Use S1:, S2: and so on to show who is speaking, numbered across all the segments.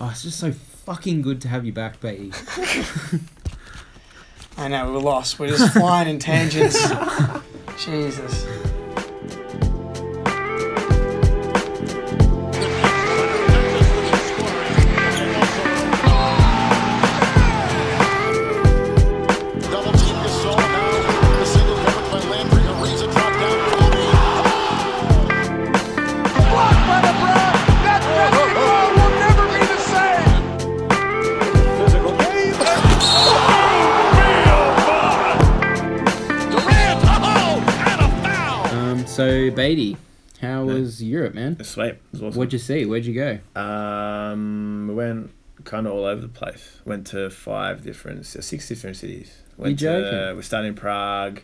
S1: Oh, it's just so fucking good to have you back, Beatty.
S2: I know, we're lost. We're just flying in tangents. Jesus.
S3: Double team Gasol now. The single covered by Landry. Ariza dropped down. Kobe.
S4: blocked by LeBron. That basketball will never be the same.
S3: Durant. Oh, and a foul.
S1: um, so Beatty, how was Europe, man?
S5: Sweet. It was awesome.
S1: What'd you see? Where'd you go?
S5: Um, we went kind of all over the place. Went to five different, six different cities. Went To,
S1: joking.
S5: we started in Prague,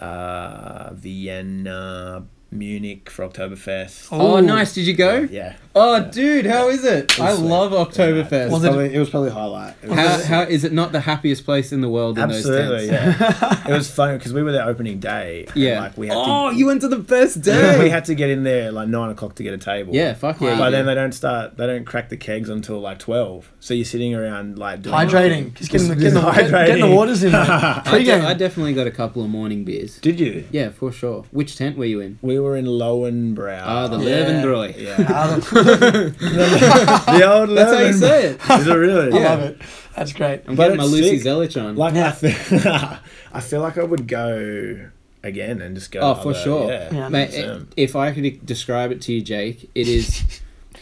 S5: uh, Vienna, Munich for Oktoberfest.
S1: Oh, nice. Did you go?
S5: Yeah.
S1: Oh, dude, how is it? I love Oktoberfest.
S2: Was
S6: was
S2: it-
S6: probably, it was probably highlight. It was-
S1: how, how is it not the happiest place in the world in
S5: Absolutely,
S1: those tents?
S5: yeah. it was fun because we were there opening day. and,
S1: Yeah.
S5: Like we had
S1: oh,
S5: to,
S1: you went to the best
S5: we
S1: day.
S5: had to get in there at like nine o'clock to get a table.
S1: yeah, fuck yeah. you
S5: But
S1: did.
S5: then they don't start. They don't crack the kegs until like twelve. So you're sitting around like doing
S2: Hydrating. Just getting the, getting
S5: Just
S2: the, get-
S5: hydrating.
S2: getting the waters in.
S1: I, de- I
S2: Pre-game.
S1: definitely got a couple of morning beers.
S5: Did you?
S1: Yeah, for sure. Which tent were you in?
S5: We were in Lowenbrow.
S1: Ah, the
S2: Yeah.
S1: Levenbräu.
S5: Uh, yeah.
S2: Ah,
S5: the old
S1: That's how you
S5: Leeuwen-
S1: say it.
S5: Is it really?
S2: I
S1: Yeah.
S2: love it. That's great.
S1: I'm
S5: But
S1: getting my
S5: it's
S1: Lucy
S5: sick.
S1: Zelich on.
S5: Like I, feel, I feel like I would go again and just go.
S1: Oh, for
S5: other-
S1: sure.
S5: Yeah.
S2: Yeah.
S1: Mate,
S5: That's,
S1: i-
S5: um,
S1: if I could describe it to you, Jake, it is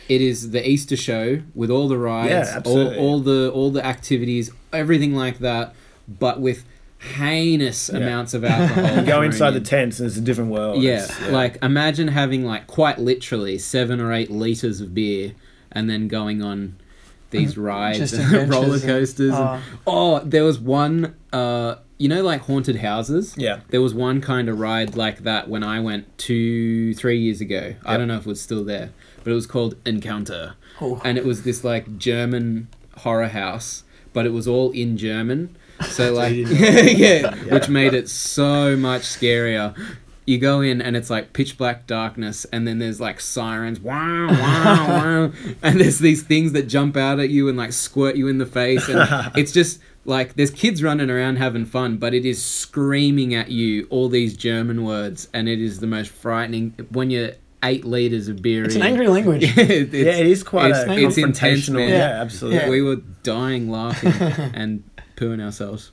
S1: it is the Easter show with all the rides,
S5: Yeah,
S1: all,
S5: absolutely.
S1: all the all the activities, everything like that, but with heinous amounts of alcohol.
S5: You go
S1: thrown
S5: inside the
S1: in.
S5: tents and it's a different world.
S1: Yeah,
S5: It's-
S1: like imagine having like quite literally seven or eight liters of beer, and then going on these rides
S2: Just
S1: and
S2: adventures
S1: roller
S2: and-
S1: coasters. and-
S2: oh.
S1: oh, there was one. Uh, you know, like haunted houses.
S5: Yeah.
S1: There was one kind of ride like that when I went two, three years ago. I don't know if it was still there, but it was called Encounter,
S2: Oh.
S1: and it was this like German horror house, but it was all in German. So like, yeah, which made it so much scarier. You go in and it's like pitch black darkness, and then there's like sirens, wow, wow, wow, and there's these things that jump out at you and like squirt you in the face, and it's just like there's kids running around having fun, but it is screaming at you all these German words, and it is the most frightening when you're eight liters of beer.
S2: It's
S1: in.
S2: an angry language.
S1: It's-
S5: Yeah, it is quite
S1: it's,
S5: a
S1: it's intense,
S5: confrontational.
S1: man.
S5: yeah,
S2: Yeah.
S5: absolutely.
S2: Yeah.
S1: We were dying laughing and pooing ourselves.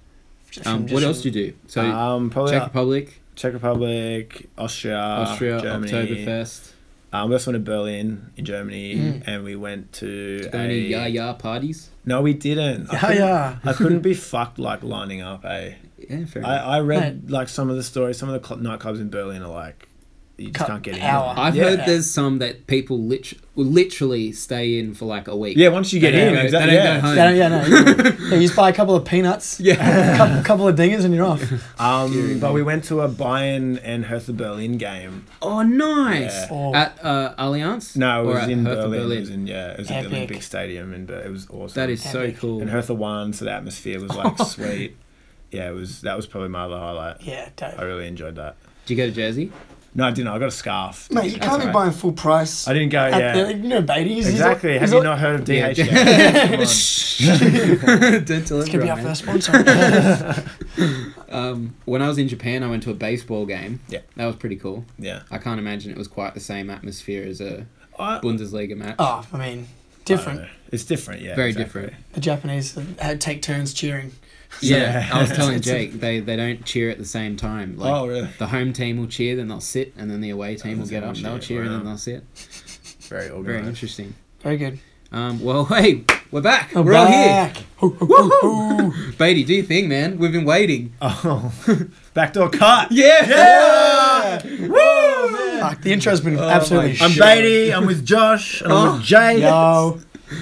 S1: Um, what else do you do? So
S2: Ah,
S5: Um, probably
S1: Czech
S5: uh,
S1: Republic,
S5: Czech Republic, Austria,
S1: Austria,
S5: Ah, Germany.
S1: Oktoberfest.
S5: Um, we also went to Berlin in Germany, and we went to
S1: Got any
S5: a-
S1: ya ya parties?
S5: No, we didn't. I
S2: Yeah,
S5: couldn't-
S2: yeah.
S5: I couldn't be fucked like lining up, eh?
S1: Yeah, fair enough.
S5: I, I read like some of the stories. Some of the cl- nightclubs in Berlin are like you just
S2: Cut
S5: can't get in.
S2: hour.
S1: I, have
S5: yeah.
S1: heard there's some that people lit- literally stay in for like a week.
S5: Yeah, once you get
S1: They
S5: in,
S1: don't go- they
S5: exactly.
S1: don't
S5: yeah.
S1: go home.
S2: Yeah, yeah, no. You, yeah, you just buy a couple of peanuts,
S1: Yeah.
S2: a couple, couple of dingers, and you're off.
S5: Um, but we went to a Bayern and Hertha Berlin game.
S1: Oh, nice.
S5: Yeah.
S2: Oh.
S1: At uh, Allianz?
S5: No, it
S1: Or
S5: was
S1: at
S5: in
S1: Hertha
S5: Berlin. It was in yeah, it was at
S2: Epic.
S5: the Olympic Stadium, and uh, it was awesome.
S1: That is so
S2: Epic.
S1: cool.
S5: and Hertha won, so the atmosphere was like sweet. Yeah, it was. That was probably my other highlight.
S2: Yeah,
S5: I
S2: dope.
S5: really enjoyed that.
S1: Did you go to Jersey?
S5: No, I didn't. I got a scarf.
S6: Mate, you
S5: That's
S6: can't be
S5: right.
S6: buying full price.
S5: I didn't go.
S2: At
S5: Yeah,
S2: the- you know, Beatty. he's- he's
S5: exactly.
S2: like-
S5: Have
S2: he's
S5: you
S2: like-
S5: not heard of DHL? Come on.
S1: Dental
S2: This could be our first sponsor.
S1: Um, when I was in Japan, I went to a baseball game.
S5: Yeah.
S1: That was pretty cool.
S5: Yeah.
S1: I can't imagine it was quite the same atmosphere as a
S5: I-
S1: Bundesliga match.
S2: Uh, oh, I mean,
S5: I
S2: different.
S5: don't know. It's different, yeah.
S1: Very
S5: exactly.
S1: different.
S2: The Japanese uh, take turns cheering.
S1: Yeah, I was telling
S2: It's- it's-
S1: Jake they, they don't cheer at the same time. Like
S5: Oh, really?
S1: the home team will cheer, then they'll sit, and then the away team will get up, and they'll cheer, and then
S5: Wow.
S1: they'll sit.
S5: Very
S1: Very
S5: organized.
S1: interesting.
S2: Very good.
S1: Um, well, hey, we're back. we're
S2: back.
S1: all here. Woohoo! Beatty, do your thing, man. We've been waiting.
S5: Oh, backdoor cut.
S1: Yeah.
S2: Fuck, the intro's been absolutely
S1: Oh my-
S5: I'm
S2: shit.
S5: Beatty. I'm with Josh. And I'm
S1: Oh.
S5: with Jay.
S2: Yo,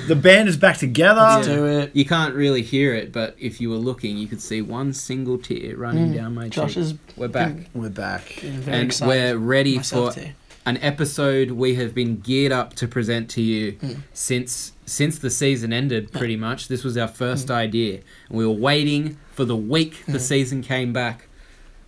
S5: The band is back together.
S2: let's do it.
S1: You can't really hear it, but if you were looking, you could see one single tear running down my cheek.
S2: Hmm. Josh has
S1: we're back.
S5: We're back.
S2: been very
S1: and
S2: excited.
S1: we're ready for
S2: Myself too.
S1: an episode we have been geared up to present to you
S2: Hmm.
S1: since since the season ended pretty much this was our first
S2: Hmm.
S1: idea and we were waiting for the week the season came back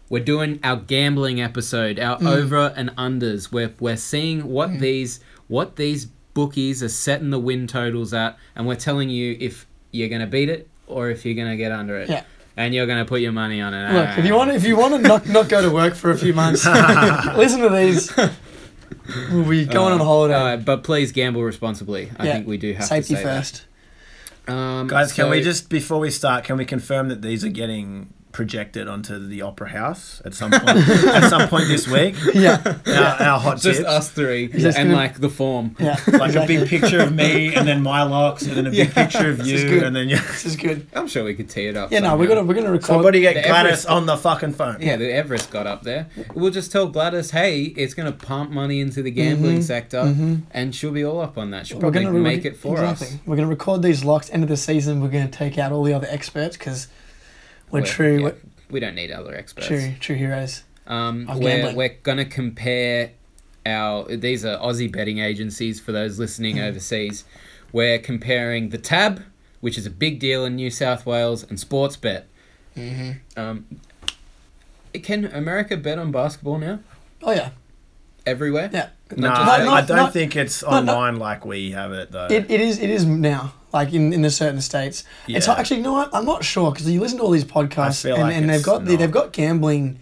S1: we're doing our
S2: Hmm.
S1: gambling episode our over and unders we're, we're seeing what these what these bookies are setting the win totals at, and we're telling you if you're going to beat it or if you're going to get under it.
S2: Yeah.
S1: And you're going to put your money on it.
S2: Look, if you want, if you want to not, not go to work for a few months, listen to these. We'll be going on holiday.
S1: Uh, but please gamble responsibly. I
S2: Yeah.
S1: think we do have
S2: Safety
S1: to say
S2: first.
S1: That. Um,
S5: Guys, can
S1: so-
S5: we just before we start, can we confirm that these are getting projected onto the Opera House at some point? at some point this week,
S2: Yeah,
S5: our, our hot
S1: just
S5: tips.
S1: us three
S2: Just
S1: and
S2: gonna-
S1: like the form?
S2: yeah.
S5: Like a big picture of me, and then my locks, and then a big picture of
S2: is
S5: you,
S2: good.
S5: and then you.
S2: This is good.
S1: I'm sure we could tee it up.
S2: Yeah, no,
S1: somehow.
S2: we're gonna we're gonna record.
S5: Somebody
S1: The
S5: get Gladys
S1: Everest-
S5: on the fucking phone.
S1: Yeah, the Everest got up there. We'll just tell Gladys, hey, it's going to pump money into the
S2: Mm-hmm,
S1: gambling sector, and she'll be all up on that. She'll probably
S2: re-
S1: make it for
S2: exactly.
S1: us.
S2: We're gonna record these locks. End of the season, we're gonna take out all the other experts because we're,
S1: We're-
S2: true,
S1: yeah,
S2: we're
S1: we don't need other experts.
S2: true, true heroes.
S1: Um,
S2: Of
S1: we're
S2: gambling.
S1: we're going to compare our. These are Aussie betting agencies for those listening
S2: Hmm.
S1: overseas. We're comparing the Tab, which is a big deal in New South Wales, and Sportsbet. Mm-hmm. Um, can America bet on basketball now?
S2: Oh yeah,
S1: Everywhere?
S2: yeah.
S5: No,
S1: Not just
S5: I-
S1: that.
S5: I don't
S2: not-
S5: think it's
S2: no.
S5: online like we have it though.
S2: It, it is it is now like in in the certain states. It's
S5: Yeah.
S2: actually you know what I'm not sure because you listen to all these podcasts
S5: feel
S2: and,
S5: like
S2: and they've
S5: it's
S2: got the,
S5: not.
S2: they've got gambling.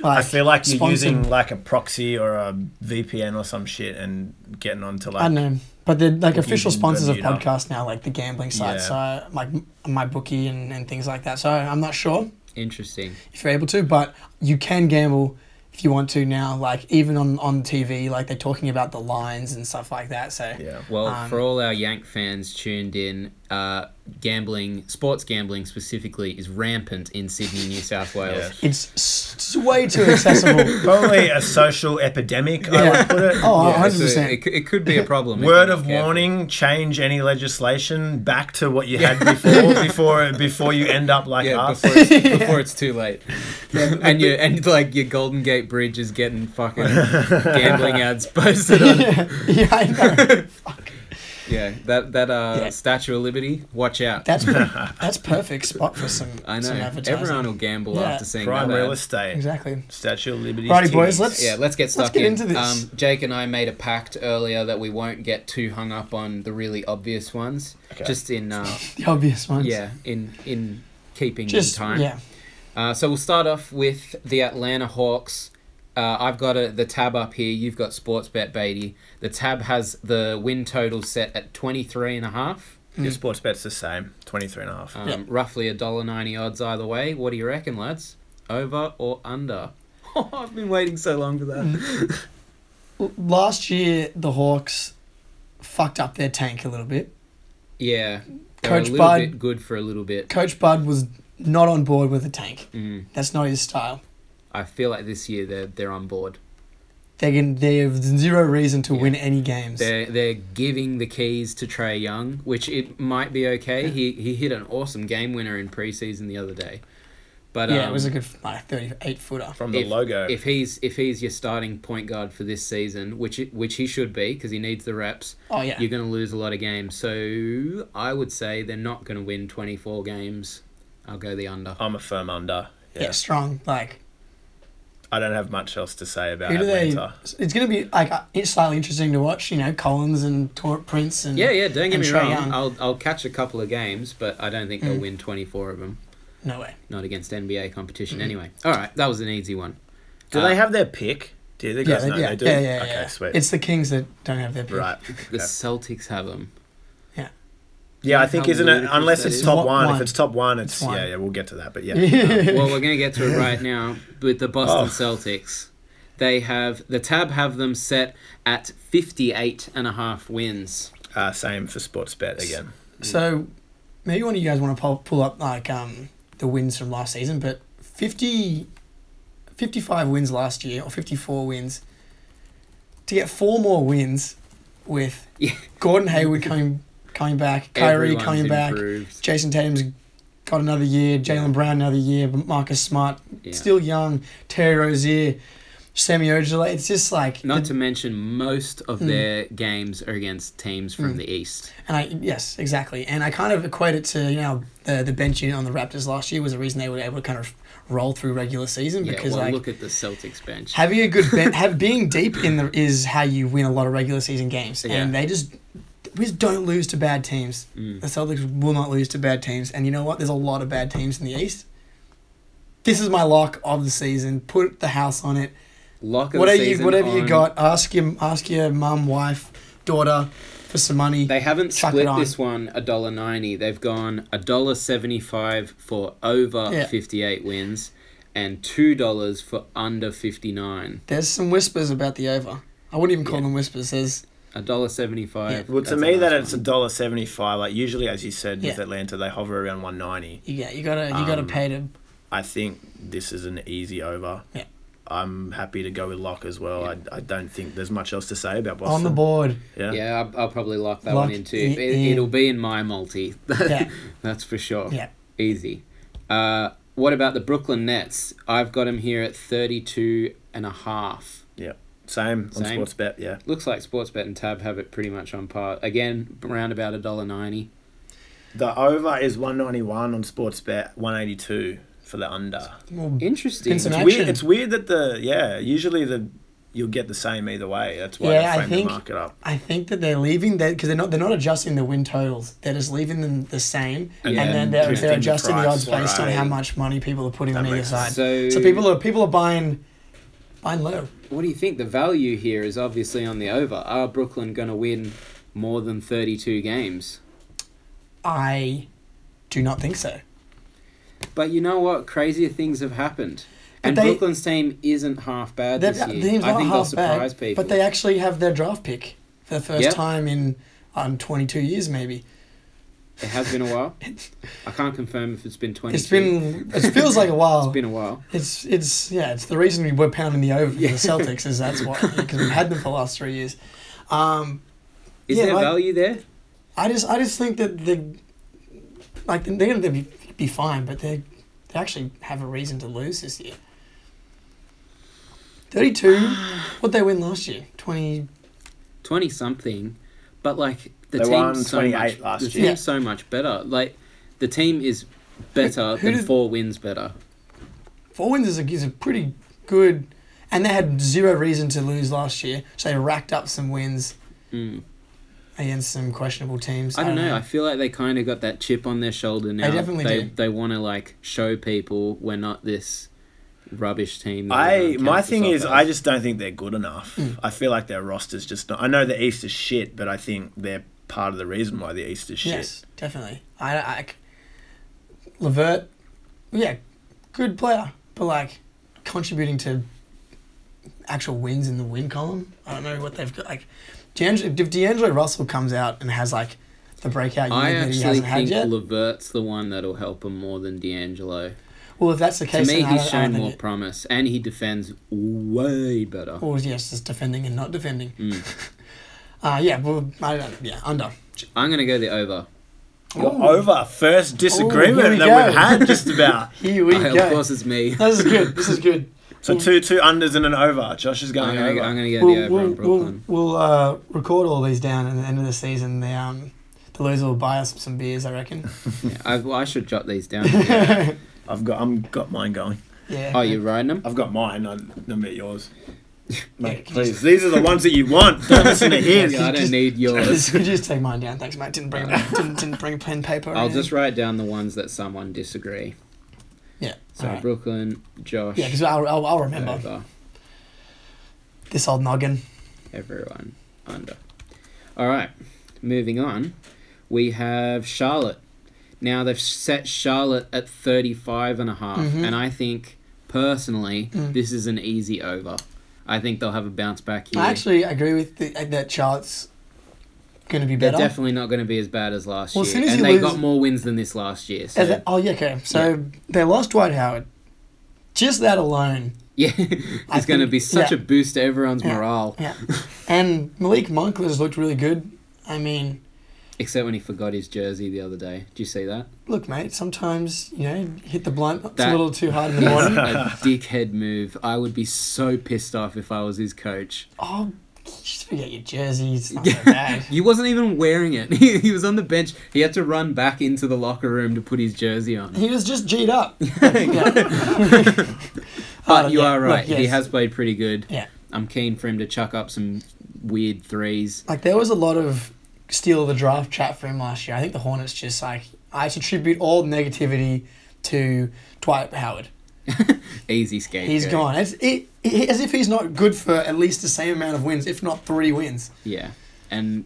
S2: Like,
S5: I feel like you're
S2: sponsored-
S5: using like a proxy or a VPN or some shit and getting onto like.
S2: I don't know, but they're like official
S5: in
S2: sponsors of
S5: Bermuda.
S2: podcasts now, like the gambling sites, so like my bookie and, and things like that. So I'm not sure
S1: Interesting.
S2: if you're able to, but you can gamble if you want to now. Like even on on TV, like they're talking about the lines and stuff like that. So
S5: Yeah.
S1: Well,
S2: Um,
S1: for all our Yank fans tuned in, uh, gambling, sports gambling specifically, is rampant in Sydney, New South Wales.
S2: it's, s- s- way too accessible.
S5: Probably a social epidemic, I
S2: Yeah.
S5: would put it.
S2: Oh,
S1: Yeah, so
S2: 100%.
S1: it, c- it could be a problem. if
S5: Word
S1: you're
S5: of
S1: not careful.
S5: warning: change any legislation back to what you had before, before before you end up like
S1: Yeah,
S5: us.
S1: before it's, before it's too late. and your and like your Golden Gate Bridge is getting fucking gambling ads posted on. Yeah,
S2: yeah, yeah, I know.
S1: that that uh,
S2: Yeah.
S1: Statue of Liberty. Watch out.
S2: That's pretty, that's perfect spot for some
S1: I
S2: some
S1: know.
S2: advertising.
S1: Everyone will gamble
S2: Yeah.
S1: after seeing
S5: Prime
S1: that. ad.
S5: real estate,
S2: exactly.
S5: Statue of Liberty.
S2: Righty, boys, let's
S1: Yeah, let's get stuck
S2: Let's get
S1: in.
S2: into this.
S1: Um, Jake and I made a pact earlier that we won't get too hung up on the really obvious ones.
S5: Okay.
S1: Just in, uh,
S2: the obvious ones.
S1: yeah, in in keeping
S2: just
S1: in time.
S2: yeah.
S1: Uh, so we'll start off with the Atlanta Hawks. Uh, I've got a, the tab up here. You've got Sportsbet, Beatty. The tab has the win total set at 23 and a half.
S5: Your sports bet's the same, 23 and a half.
S1: Um,
S2: Yep.
S1: Roughly a dollar ninety odds either way. What do you reckon, lads? Over or under? I've been waiting so long for
S2: Mm.
S1: that.
S2: L- Last year the Hawks fucked up their tank a little bit.
S1: Yeah. they were a
S2: Coach
S1: little
S2: Bud-
S1: bit good for a little bit.
S2: Coach Bud was not on board with the tank.
S1: Mm.
S2: That's not his style.
S1: I feel like this year they're they're on board.
S2: They can, they have zero reason to win any games.
S1: They're they're giving the keys to Trey Young, which it might be okay. He he hit an awesome game winner in preseason the other day, but
S2: yeah,
S1: um,
S2: it was a good like thirty-eight footer.
S5: From the
S1: if-
S5: logo,
S1: If he's if he's your starting point guard for this season, which it- which he should be because he needs the reps,
S2: Oh yeah,
S1: you're going to lose a lot of games. So I would say they're not going to win 24 games. I'll go the under.
S2: Oh.
S5: I'm a firm under.
S2: yeah, strong. Like
S5: I don't have much else to say
S1: Uh,
S5: about
S2: who do they?
S5: Atlanta.
S2: It's gonna be like uh, it's slightly interesting to watch. You know, Collins and Tor- Prince and
S1: Yeah, yeah. Don't get
S2: and
S1: me
S2: Trae
S1: wrong.
S2: Young. Mm.
S1: I'll I'll catch a couple of games, but I don't think they'll win 24 of them.
S2: No way.
S1: Not against NBA competition, anyway. All right, that was an easy one.
S5: Do
S1: Uh,
S5: they have their pick? Do the
S2: Yeah,
S5: guys
S2: they,
S5: know
S2: yeah,
S5: they do?
S2: yeah, yeah,
S5: okay,
S2: yeah.
S5: sweet.
S2: It's the Kings that don't have their pick.
S5: right.
S1: The
S5: Okay.
S1: Celtics have them.
S5: Yeah, I
S1: How
S5: think isn't it
S1: ludicrous
S5: unless
S1: that
S5: it's
S1: is.
S5: top
S2: What
S5: one.
S2: one?
S5: If it's top one, it's,
S2: one.
S5: yeah, yeah. We'll get to that, but yeah.
S1: well, we're going to get to it right now with the Boston
S2: Oh.
S1: Celtics. They have the tab have them set at 58 and a half wins.
S5: Uh, same for sports bet again.
S2: So maybe one of you guys want to pull, pull up like um the wins from last season, but 50, 55 wins last year or 54 wins to get four more wins with
S1: Yeah.
S2: Gordon Hayward coming coming back, Kyrie
S1: Everyone's
S2: coming back,
S1: improved.
S2: Jason Tatum's got another year, Jalen Brown another year, Marcus Smart
S1: Yeah.
S2: still young, Terry Rozier Sammy Ojeley. It's just like
S1: Not to mention, most of
S2: Mm.
S1: their games are against teams from the East.
S2: And I yes, exactly. And I kind of equate it to you know the the bench unit on the Raptors last year was the reason they were able to kind of roll through regular season
S1: Yeah,
S2: because
S1: well,
S2: like
S1: look at the Celtics bench.
S2: having a good ben- have being deep in the is how you win a lot of regular season games.
S1: Yeah.
S2: And they just we just don't lose to bad teams.
S1: Mm.
S2: The Celtics will not lose to bad teams. And you know what? There's a lot of bad teams in the East. This is my lock of the season. Put the house on it.
S1: Lock of the
S2: Whatever you
S1: season
S2: whatever you
S1: on-
S2: got, ask your ask your mum, wife, daughter for some money.
S1: They haven't
S2: Chuck it
S1: split
S2: on.
S1: this one a dollar ninety. They've gone a dollar seventy five for over
S2: Yeah.
S1: fifty eight wins, and two dollars for under fifty nine.
S2: There's some whispers about the over. I wouldn't even call
S1: Yeah.
S2: them whispers. There's
S1: A dollar seventy five.
S5: Well, to me, that it's a dollar seventy-five. Like usually, as you said, with
S2: Yeah.
S5: Atlanta, they hover around one ninety.
S2: you got you gotta you gotta
S5: Um,
S2: pay to
S5: I think this is an easy over.
S2: Yeah.
S5: I'm happy to go with Lock as well. I, I don't think there's much else to say about Boston.
S2: on the board.
S5: Yeah.
S1: Yeah, I'll, I'll probably lock that
S2: Lock
S1: one in too.
S2: it
S1: It,
S2: in.
S1: It'll be in my multi.
S2: Yeah.
S1: That's for sure.
S2: Yeah.
S1: Easy. Uh, what about the Brooklyn Nets? I've got them here at 32 and a half.
S5: Yeah. Same, on
S1: Same.
S5: sports bet. Yeah.
S1: Looks like Sportsbet and Tab have it pretty much on par. Again, around about a dollar ninety.
S5: The over is one ninety-one on sports bet. One eighty-two for the under.
S2: Well,
S1: Interesting.
S2: It's an
S5: It's weird,
S2: Action.
S5: it's weird that the yeah usually the you'll get the same either way. That's why
S2: Yeah, I
S5: they frame
S2: think-
S5: the market up.
S2: I think that they're leaving that because they're not they're not adjusting the win totals. They're just leaving them the same, and, then
S5: then
S2: they're,
S5: drifting
S2: they're
S5: the
S2: adjusting the,
S5: price,
S2: odds based on how
S5: right.
S2: much money people are putting on either
S5: makes
S2: side.
S5: sense.
S2: So,
S1: So-
S2: people are people are buying buying low.
S1: What do you think? The value here is obviously on the over. Are Brooklyn going to win more than 32 games?
S2: I do not think so.
S1: But you know what? Crazier things have happened. And
S2: they-
S1: Brooklyn's team isn't half bad
S2: Their
S1: this
S2: the
S1: year.
S2: team's
S1: I
S2: not
S1: think they'll
S2: half
S1: surprise
S2: bad,
S1: people.
S2: but they actually have their draft pick for the first
S1: Yep.
S2: time in um, 22 years maybe.
S1: It has been a while. I can't confirm if it's been 20.
S2: It's been it feels like a while.
S1: It's been a while.
S2: It's it's yeah. It's the reason we were pounding the over for the Celtics is that's why because we've had them for the last three years. Um,
S1: Is
S2: Yeah,
S1: there
S2: like-
S1: value there?
S2: I just I just think that the like they're gonna be, be fine, but they they actually have a reason to lose this year. Thirty two. what they win last year? Twenty.
S1: 20 something, but like the
S5: They
S1: team's
S5: won
S1: so
S5: 28
S1: much
S5: last
S1: the
S5: year.
S1: team's so much better. Like the team is better
S2: who
S1: than
S2: did-
S1: four wins better.
S2: Four wins is a, is a pretty good, and they had zero reason to lose last year, so they racked up some wins
S1: Mm.
S2: against some questionable teams.
S1: I don't know. I feel like they kind of got that chip on their shoulder now.
S2: Uh, definitely
S1: they,
S2: do.
S1: they want to like show people we're not this rubbish team. that
S5: I
S1: everyone
S5: my
S1: counts
S5: thing
S1: us
S5: is
S1: off
S5: I
S1: as.
S5: just don't think they're good enough.
S2: Mm.
S5: I feel like their roster's just not. I know the East is shit, but I think they're part of the reason why the East is shit.
S2: Yes, definitely. I, I c- Levert, yeah, good player, but like contributing to actual wins in the win column. I don't know what they've got. Like, D'Angelo, if D'Angelo Russell comes out and has like the breakout year
S1: I
S2: that he
S1: actually
S2: hasn't had
S1: think
S2: yet,
S1: Levert's the one that'll help him more than D'Angelo.
S2: well, if that's the
S1: To
S2: case,
S1: me,
S2: then I
S1: he's
S2: don't- I
S1: shown
S2: don't think
S1: more
S2: it-
S1: promise, and he defends way better.
S2: Or yes, just defending and not defending.
S1: Hmm.
S2: uh, yeah, well, I don't, yeah, under.
S1: I'm gonna go the over.
S5: Well, over first disagreement
S2: Ooh, here we
S5: that
S2: go.
S5: we've had just about.
S2: Here we
S1: Of
S2: go.
S1: course, it's me.
S2: This is good. This is good.
S5: So two two unders and an over. Josh is
S1: I'm
S5: going
S1: gonna,
S5: over.
S1: I'm gonna go the
S2: we'll,
S1: over
S2: we'll,
S1: on Brooklyn.
S2: we'll, we'll uh, record all these down at the end of the season. The, um, the loser will buy us some beers, I reckon.
S1: I, well, I should jot these down. Yeah.
S5: I've got I'm got mine going.
S2: Yeah.
S1: oh, you riding them?
S5: I've got mine. I don't get yours. Mate,
S2: Yeah,
S5: please. These are the ones that you want. Don't listen to his.
S1: Yeah, I don't need
S2: Just,
S1: yours.
S2: could you just take mine down? Thanks, mate. Didn't bring didn't, didn't bring pen paper. or
S1: I'll just
S2: anything.
S1: write down the ones that someone disagree.
S2: yeah.
S1: So
S2: alright.
S1: Brooklyn, Josh,
S2: Yeah, because I'll, I'll, I'll remember
S1: over,
S2: this old noggin.
S1: everyone under. All right, moving on. We have Charlotte. Now they've set Charlotte at 35 and a half,
S2: Mm-hmm.
S1: and I think personally
S2: Mm.
S1: this is an easy over. I think they'll have a bounce back here.
S2: I actually agree with the, uh, that Charlotte's going to be
S1: They're
S2: better.
S1: definitely not going to be as bad as last
S2: Well, as
S1: year,
S2: soon as
S1: and
S2: you
S1: they
S2: lose-
S1: got more wins than this last year. So
S2: And they- oh yeah, okay. So they lost Dwight Howard. Just that alone.
S1: yeah, it's
S2: think-
S1: going to be such
S2: yeah.
S1: a boost to everyone's
S2: Yeah,
S1: morale.
S2: Yeah. And Malik Monk has looked really good. I mean,
S1: Except when he forgot his jersey the other day. Do you see that?
S2: Look, mate, sometimes, you know, hit the blunt it's a
S1: That-
S2: little too hard in the
S1: It's
S2: morning.
S1: a dickhead move. I would be so pissed off if I was his coach.
S2: oh, just forget your jersey. It's not so bad.
S1: He wasn't even wearing it. He, he was on the bench. He had to run back into the locker room to put his jersey on.
S2: He was just G'd up. Uh,
S1: But you
S2: yeah,
S1: are
S2: look,
S1: right. He
S2: yes.
S1: has played pretty good.
S2: Yeah.
S1: I'm keen for him to chuck up some weird threes.
S2: Like there was a lot of steal the draft chat for him last year. I think the Hornets just like I attribute all negativity to Dwight Howard.
S1: Easy skate.
S2: He's gone. It's it, it as if he's not good for at least the same amount of wins, if not three wins.
S1: Yeah. And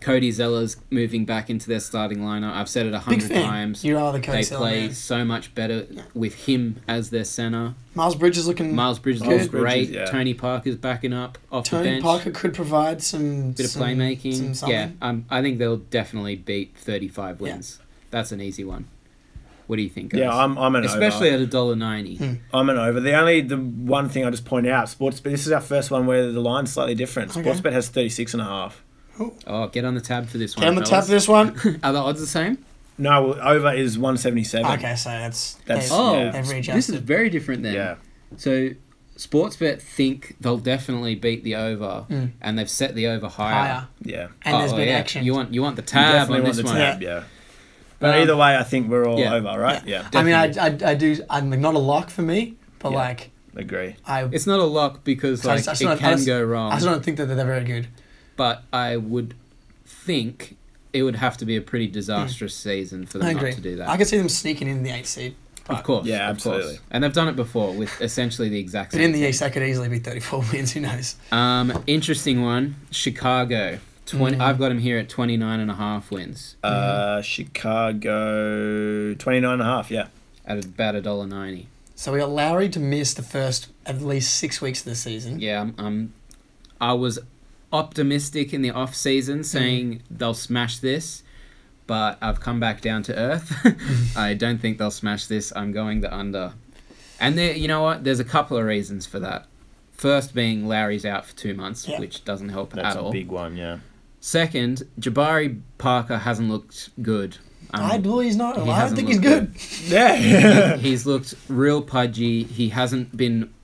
S1: Cody Zeller's moving back into their starting lineup. I've said it a
S2: Big
S1: hundred
S2: fan.
S1: times.
S2: You are the Cody
S1: they
S2: Zeller
S1: play
S2: man.
S1: so much better with him as their center.
S2: Miles Bridges looking.
S1: Miles Bridges
S5: Miles
S1: looks great.
S5: Bridges, yeah.
S1: Tony Parker's backing up off the
S2: Tony
S1: bench.
S2: Parker could provide some
S1: Bit of
S2: some- some
S1: playmaking.
S2: something.
S1: yeah, um, I think they'll definitely beat 35
S2: Yeah.
S1: wins. That's an easy one. What do you think? Guys?
S5: Yeah, I'm, I'm an
S1: especially
S5: over.
S1: at a dollar ninety.
S2: Hmm.
S5: I'm an over. The only the one thing I just point out, sports. But this is our first one where the line's slightly different.
S2: Okay.
S5: Sportsbet has 36 and a half.
S1: Oh, get on the tab for this
S2: Get
S1: one.
S2: on the tap
S1: fellas.
S2: for this one.
S1: Are the odds the same?
S5: No, well, over is 177.
S2: okay, so that's
S5: That's-
S2: they've-
S1: Oh,
S5: Yeah.
S2: they've readjusted.
S1: this is very different then.
S5: Yeah.
S1: So Sportsbet think they'll definitely beat the over, and they've set the over higher.
S2: Hmm. higher,
S5: Yeah.
S2: and there's
S1: Oh,
S2: been
S1: yeah.
S2: action.
S1: You want you want the
S5: You
S1: tab on this
S5: the
S1: one.
S5: tab, yeah. But
S1: Um,
S5: either way, I think we're all
S1: yeah.
S5: over, right? Yeah.
S2: I mean, I, I, I do. I'm not a lock for me, but
S5: Yeah.
S2: like
S5: Agree.
S2: I.
S1: It's not a lock because
S2: I
S1: like
S2: just- I just
S1: it
S2: don't- I
S1: can
S2: just-
S1: go wrong.
S2: I just don't think that they're very good.
S1: but I would think it would have to be a pretty disastrous season for them
S2: I
S1: not
S2: agree.
S1: to do that.
S2: I could see them sneaking in the eighth seed,
S1: of course,
S5: Yeah,
S1: of course.
S5: absolutely.
S1: And they've done it before with essentially the exact
S2: but
S1: same.
S2: in the east, that could easily be 34 wins. Who knows?
S1: um, interesting one, Chicago.
S2: Mm.
S1: 20, I've got them here at 29 and a half wins Mm-hmm.
S5: Uh, Chicago 29 and a half, yeah.
S1: at about a dollar ninety.
S2: So we got Lowry to miss the first at least six weeks of the season.
S1: Yeah, I'm, I'm. I was optimistic in the off
S2: Mm-hmm.
S1: season, saying they'll smash this, but I've come back down to earth. I don't think they'll smash this. I'm going the under, and there. You know what? There's a couple of reasons for that. First being Lowry's out for two months,
S2: Yeah.
S1: which doesn't help
S5: That's
S1: at
S5: a
S1: all.
S5: big one, yeah.
S1: Second, Jabari Parker hasn't looked good. Um,
S2: I believe he's not. I don't
S1: hasn't
S2: think he's
S1: looked
S2: good.
S5: Yeah.
S1: he's looked real pudgy. He hasn't been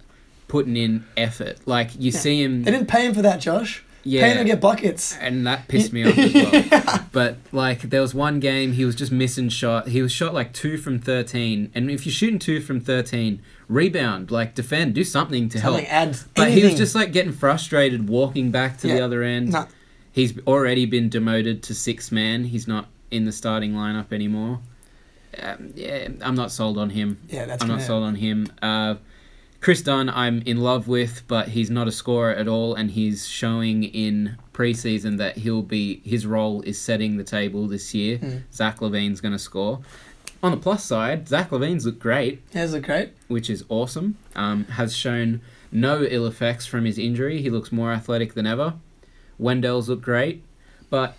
S1: putting in effort. Like you see him.
S2: They didn't pay him for that, Josh. Pay
S1: Yeah.
S2: him to get buckets.
S1: and that pissed me off as well. But like, there was one game he was just missing shot. He was shot like two from thirteen, and if you're shooting two from thirteen, rebound, like defend, do something to
S2: Something,
S1: help.
S2: add
S1: but he was
S2: anything.
S1: just like getting frustrated, walking back to the
S2: Yeah.
S1: other end.
S2: No.
S1: He's already been demoted to six man. He's not in the starting lineup anymore. Um, yeah, I'm not sold on him.
S2: Yeah, that's
S1: I'm not
S2: gonna-
S1: sold on him. Uh, Chris Dunn, I'm in love with, but he's not a scorer at all, and he's showing in preseason that he'll be his role is setting the table this year.
S2: Hmm.
S1: Zach Levine's going to score. On the plus side, Zach Levine's looked great,
S2: Yeah, is it great?
S1: which is awesome. Um, has shown no ill effects from his injury. He looks more athletic than ever. Wendell's looked great, but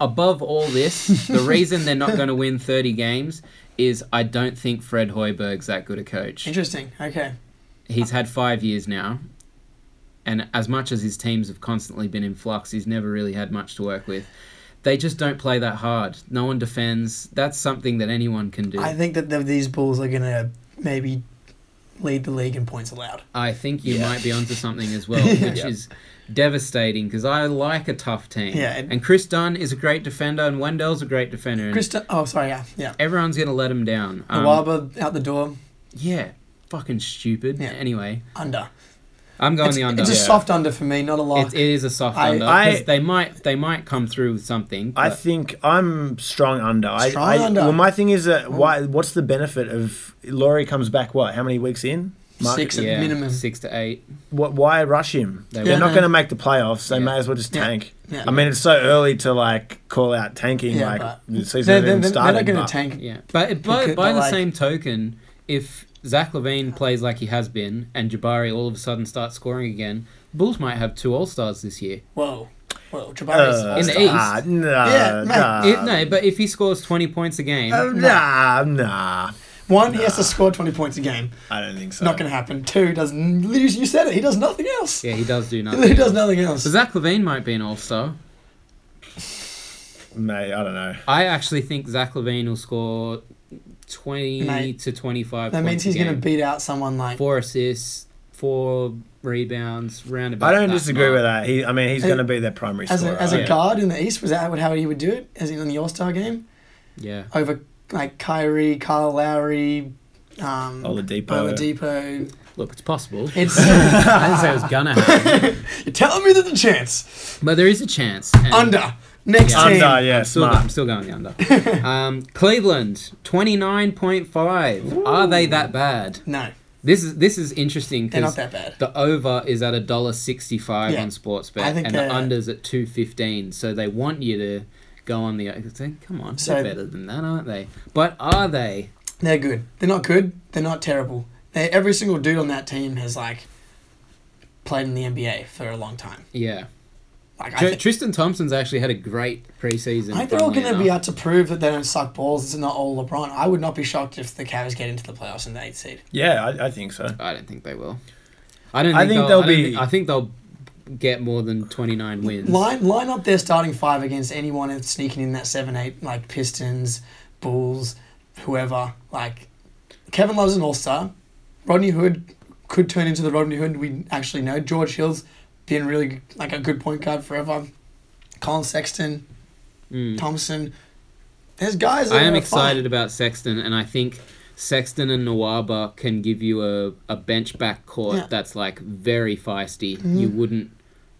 S1: above all this, the reason they're not going to win 30 games is I don't think Fred Hoiberg's that good a coach
S2: Interesting. Okay.
S1: he's had five years now, and as much as his teams have constantly been in flux, he's never really had much to work with. They just don't play that hard. No one defends. That's something that anyone can do.
S2: I
S1: I,
S2: think that the, these Bulls are gonna maybe lead the league in points allowed.
S1: think you
S5: Yeah.
S1: might be onto something as well, which
S5: Yeah.
S1: is devastating because I like a tough team.
S2: Yeah,
S1: and,
S2: and-
S1: Chris Dunn is a great defender, and Wendell's a great defender. And
S2: Krista. Oh, sorry. Yeah. Yeah.
S1: everyone's going to let him down. Mm. Um,
S2: Nawaba out the door.
S1: yeah, fucking stupid.
S2: Yeah.
S1: Anyway,
S2: Under.
S1: I'm going
S2: It's,
S1: the under.
S2: it's a
S1: Yeah.
S2: soft under for me, not a lock.
S1: It- it is a soft
S2: I-
S1: under 'cause
S5: I-
S1: they might they might come through with something.
S5: I
S1: but-
S5: think I'm strong under. I,
S2: Strong
S5: I,
S2: under.
S5: Well, my thing is that why? What's the benefit of Laurie comes back? What? How many weeks in? Mark-
S2: Six at
S1: yeah,
S2: minimum.
S1: six to eight.
S5: What? Why rush him?
S1: They
S5: They are
S1: won't.
S5: not going to make the playoffs. They
S1: Yeah.
S5: may as well just
S2: Yeah.
S5: tank.
S2: Yeah.
S5: I mean, it's so early to like call out tanking.
S2: Yeah,
S5: like
S2: but-
S5: the season
S2: They're,
S5: hasn't
S2: they're,
S5: even
S2: they're
S5: started.
S2: not going
S5: but-
S2: to tank.
S1: Yeah, but by,
S2: Because
S1: by
S2: they're
S1: the
S2: like-
S1: same token, if Zach Levine plays like he has been and Jabari all of a sudden starts scoring again, Bulls might have two All Stars this year.
S2: Whoa. Whoa. Jabari's
S5: Uh,
S1: In the East.
S5: nah, nah,
S2: Yeah, mate.
S5: nah.
S1: It-
S2: Um,
S1: no, but if he scores twenty points a game,
S5: Uh, Nah, nah.
S2: One, he has to score 20 points a game.
S5: I don't think so.
S2: Not going to happen. Two, does n- you you said it. He does nothing else.
S1: yeah, he does do
S2: He
S1: nothing.
S2: does nothing else.
S1: So Zach Levine might be an All Star.
S5: Mate, I don't know.
S1: I actually think Zach Levine will score twenty
S2: Mate,
S1: to twenty-five.
S2: That
S1: points
S2: means
S1: a
S2: he's going to
S1: game.
S2: beat out someone like.
S1: four assists, four rebounds, roundabout.
S5: I don't
S1: that
S5: disagree
S1: mark.
S5: with that. He, I mean, he's
S2: As-
S5: going to be their primary
S2: As
S5: scorer.
S2: a, as a
S1: Yeah.
S2: guard in the East, was that how he would do it? As in the All Star game?
S1: Yeah,
S2: Over like Kyrie, Kyle Lowry, um,
S5: Oladipo.
S2: Oladipo.
S1: look, it's possible.
S2: It's,
S1: I didn't say it was gonna happen,
S2: you're telling me there's a chance.
S1: but there is a chance. and-
S2: Under. Next
S1: Yeah.
S2: team.
S5: Under, yeah,
S1: I'm still, I'm
S5: smart.
S1: still going the under. um, Cleveland, twenty nine point five. Are they that bad?
S2: No,
S1: This is this is interesting
S2: they're not
S1: because
S2: that bad.
S1: the over is at a dollar sixty five
S2: Yeah.
S1: on Sportsbet,
S2: I think uh,
S1: and the
S2: they're-
S1: under's at two fifteen. So they want you to go on the. Say, Come on,
S2: So-
S1: they're better than that, aren't they? But are they?
S2: They're good. They're not good. They're not terrible. They, every single dude on that team has like played in the NBA for a long time.
S1: Yeah.
S2: Like
S1: Tr-
S2: I, thi-
S1: Tristan Thompson's actually had a great preseason.
S2: I think they're all
S1: funnily
S2: going to be
S1: enough.
S2: out to prove that they don't suck balls. It's not all LeBron. I would not be shocked if the Cavs get into the playoffs in the eighth seed.
S5: Yeah, I, I think so.
S1: I don't think they will. I don't. Think
S5: I
S1: they'll,
S5: think they'll
S1: I don't
S5: be-
S1: think- I think they'll get more than twenty nine wins.
S2: Line line up their starting five against anyone that's sneaking in that seven eight like Pistons, Bulls, whoever. Like Kevin Love's an all star. Rodney Hood could turn into the Rodney Hood we actually know. George Hill's been really like a good point guard forever. Colin Sexton,
S1: Mm.
S2: Thompson. There's guys. That
S1: I am
S2: are
S1: excited about Sexton, and I think Sexton and Nawaba can give you a, a bench back court
S2: Yeah. Mm.
S1: that's like very feisty. You wouldn't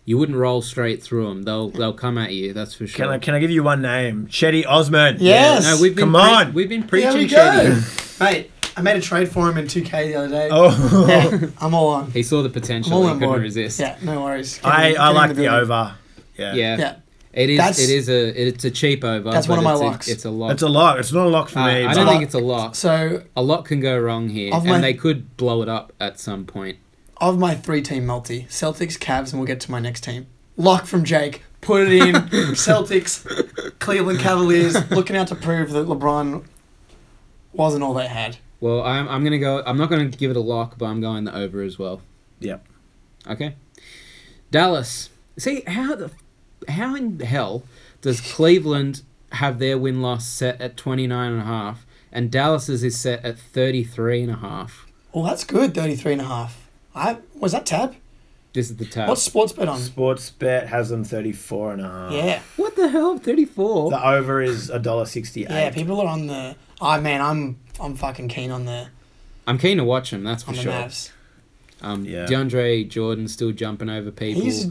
S1: you wouldn't roll straight through them. They'll they'll come at you. That's for sure.
S5: Can I can I give you one name? Chetty Osman.
S2: Yes.
S1: No, we've been
S5: Come
S1: pre-
S5: on.
S1: We've been
S2: Fine. There
S1: preaching.
S2: we
S1: Shady.
S2: go, mate. I made a trade for him in 2K the other day.
S5: Oh,
S2: Yeah, I'm all on.
S1: He saw the
S2: I'm
S1: potential.
S2: all
S1: He
S2: on
S1: couldn't
S2: board.
S1: resist.
S2: Yeah, no worries. Get
S5: I,
S2: him-
S5: I
S2: get him
S5: like
S2: in
S5: the
S2: building.
S5: over. Yeah.
S1: Yeah.
S2: Yeah.
S1: It is.
S2: That's-
S1: it is a. It's a cheap over.
S2: That's
S1: but
S2: one of my
S1: it's a-
S2: locks.
S1: it's a lock.
S5: It's a lock. It's not a lock for
S1: Uh,
S5: me.
S1: I
S5: but-
S1: don't
S2: It's a
S1: think
S2: lock.
S1: it's a lock.
S2: So
S1: A lot can go wrong here,
S2: Of
S1: and
S2: my-
S1: they could blow it up at some point.
S2: of my three team multi, Celtics, Cavs, and we'll get to my next team. Lock from Jake. Put it in. Celtics, Cleveland Cavaliers, looking out to prove that LeBron wasn't all they had.
S1: Well, I'm, I'm gonna go. I'm not gonna give it a lock, but I'm going the over as well.
S5: Yep.
S1: Okay. Dallas. See how the how in hell does Cleveland have their win loss set at 29 and a half and Dallas's is set at 33 and a half.
S2: Well, that's good, 33 and a half. I, was that tab?
S1: This is the tab.
S2: What's sports bet on?
S5: Sports bet has them 34 and a half.
S2: Yeah.
S1: what the hell? 34.
S5: The over is a dollar sixty-eight.
S2: Yeah, people are on the. I man, I'm I'm fucking keen on the
S1: I'm keen to watch him, that's for
S2: on the
S1: sure.
S2: Mavs.
S1: Um
S5: Yeah.
S1: DeAndre Jordan still jumping over people.
S2: He's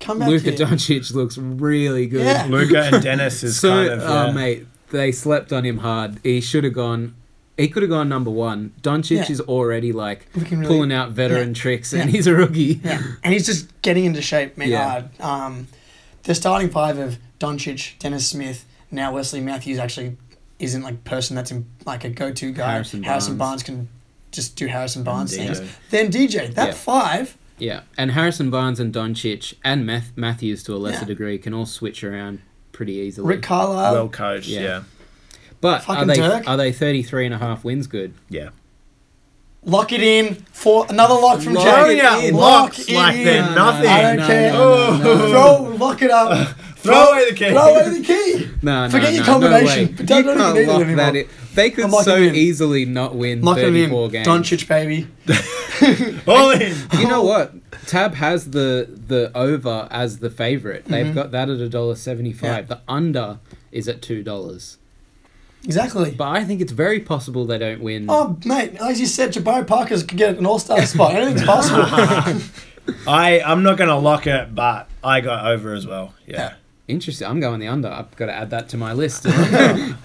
S2: come back
S1: Luka
S2: here.
S1: Doncic looks really good.
S2: Yeah.
S5: Luca and Dennis is
S1: So,
S5: kind of.
S1: oh
S5: yeah.
S1: mate, they slept on him hard. He should have gone. He could have gone number one. Doncic
S2: Yeah.
S1: is already like
S2: We can really-
S1: pulling out veteran tricks, and
S2: Yeah.
S1: he's a rookie.
S2: Yeah, and he's just getting into shape, man.
S1: Yeah.
S2: Um, the starting five of Doncic, Dennis Smith, now Wesley Matthews actually isn't like person that's in, like a go-to guy.
S1: Harrison
S2: Barnes. can just do Harrison Barnes
S5: DJ.
S2: things. Then DJ, that
S1: Yeah.
S2: five,
S1: Yeah, and Harrison Barnes and Doncic and Math- Matthews to a lesser
S2: Yeah.
S1: degree can all switch around pretty easily.
S2: Rick Carlisle,
S5: Well coached.
S1: Yeah.
S5: Yeah.
S1: but are
S2: fucking
S1: they
S2: Dirk.
S1: are they 33 and a half wins good?
S5: Yeah.
S2: lock it in for another lock from
S1: Lock
S2: Jay.
S1: it in.
S5: Locks like they're
S1: No, no,
S5: nothing.
S2: I don't
S1: No,
S2: care.
S1: no, no, no.
S2: Throw, lock it up.
S5: Throw away the key.
S2: Throw away the key.
S1: No, no,
S2: Forget
S1: no,
S2: your
S1: no
S2: combination.
S1: way.
S2: But don't-
S1: You
S2: don't even
S1: can't
S2: need it
S1: lock
S2: anymore.
S1: that in. They could
S2: I'm locking
S1: so
S2: it in.
S1: easily not win
S2: Lock it in.
S1: 34 games.
S2: Doncic, baby.
S5: All in.
S1: You know what? Tab has the the over as the favorite.
S2: Mm-hmm.
S1: They've got that at a dollar seventy five. The under is at two dollars.
S2: Exactly.
S1: But I think it's very possible they don't win.
S2: Oh, mate, as you said, Jabari Parker could get an all star spot. Anything's possible.
S5: I I'm not gonna lock it, but I got over as well.
S2: Yeah.
S5: Yeah.
S1: Interesting. I'm going the under. I've got to add that to my list. of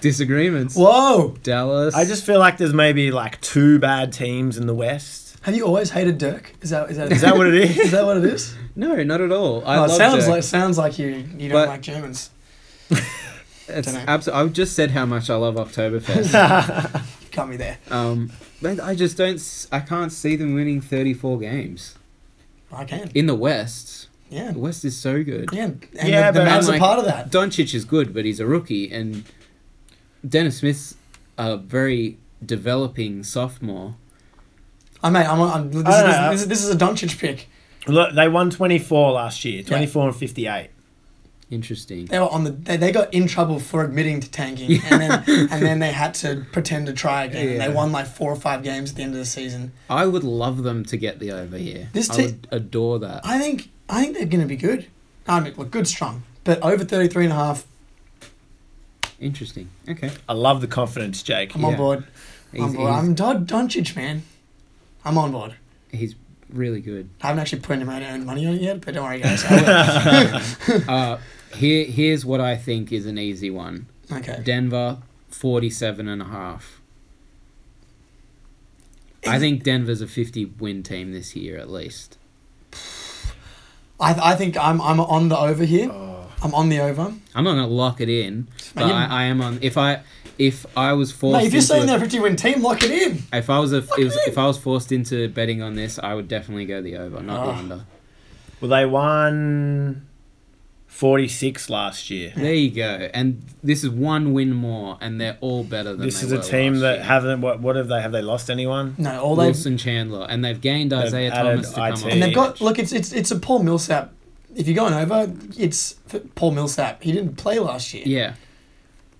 S1: Disagreements.
S2: Whoa.
S1: Dallas.
S5: I just feel like there's maybe like two bad teams in the West.
S2: Have you always hated Dirk? Is that is that,
S5: Is that what it is?
S2: is that what it is?
S1: no, not at all. I
S2: Oh, it
S1: love
S2: sounds
S1: Dirk.
S2: like sounds like you you don't
S1: But-
S2: like Germans.
S1: it's
S2: dunno.
S1: abso- I've just said how much I love Oktoberfest.
S2: You got me there.
S1: um, but I just don't. s- I can't see them winning thirty four games
S2: I can.
S1: in the West.
S2: Yeah.
S1: The West is so good.
S2: Yeah. And
S5: Yeah,
S2: the, the
S5: but-
S2: Mavs
S1: Like-
S2: are part of that.
S1: Doncic is good, but he's a rookie, and Dennis Smith's a very developing sophomore.
S2: I Oh, mate, I'm, I'm this, is,
S5: I don't know.
S2: this, is, this is a Doncic pick.
S5: Look, they won 24 last year, 24 and 58.
S1: Interesting.
S2: They were on the. They, they got in trouble for admitting to tanking, and then and then they had to pretend to try again. and
S1: Yeah.
S2: They won like four or five games at the end of the season.
S1: I would love them to get the over here.
S2: This
S1: I
S2: te-
S1: would adore that.
S2: I think I think they're going to be good. I mean, look, good strong, but over 33 and a half,
S1: Interesting. Okay.
S5: I love the confidence, Jake.
S2: I'm
S1: Yeah.
S2: on board. I'm on
S1: He's,
S2: board.
S1: he's,
S2: I'm Dodd Doncic, man. I'm on board.
S1: he's really good.
S2: I haven't actually put in my own money on it yet, but don't worry, guys. I
S1: Uh, here, here's what I think is an easy one.
S2: will. okay.
S1: Denver, 47 and a half. I think Denver's a 50 win team this year at least.
S2: I, I think I'm I'm on the over here.
S1: Oh.
S5: Oh.
S2: I'm on the over.
S1: I'm not going to lock it in, but
S2: you-
S1: I, I am on. If I if I was forced,
S2: Mate, if you're
S1: into
S2: saying
S1: a-
S2: they're a 50 win team, lock it in.
S1: if I was a, it was, if I was forced into betting on this, I would definitely go the over, not the
S2: Ah.
S1: under.
S5: Well, they won 46 last year.
S1: There you go. And this is one win more, and they're all better than
S5: This
S1: they
S5: is a
S1: were
S5: team
S1: last
S5: that
S1: year.
S5: haven't. What, what have they? Have they lost anyone?
S2: No, all they
S1: Wilson Chandler, and they've gained Isaiah
S5: added
S1: Thomas to come
S5: IT.
S1: on.
S5: And
S2: and
S1: the
S2: they've got
S1: bench.
S2: look. It's it's it's a Paul Millsap. If you're going over, it's f- Paul Millsap. He didn't play last year,
S1: yeah.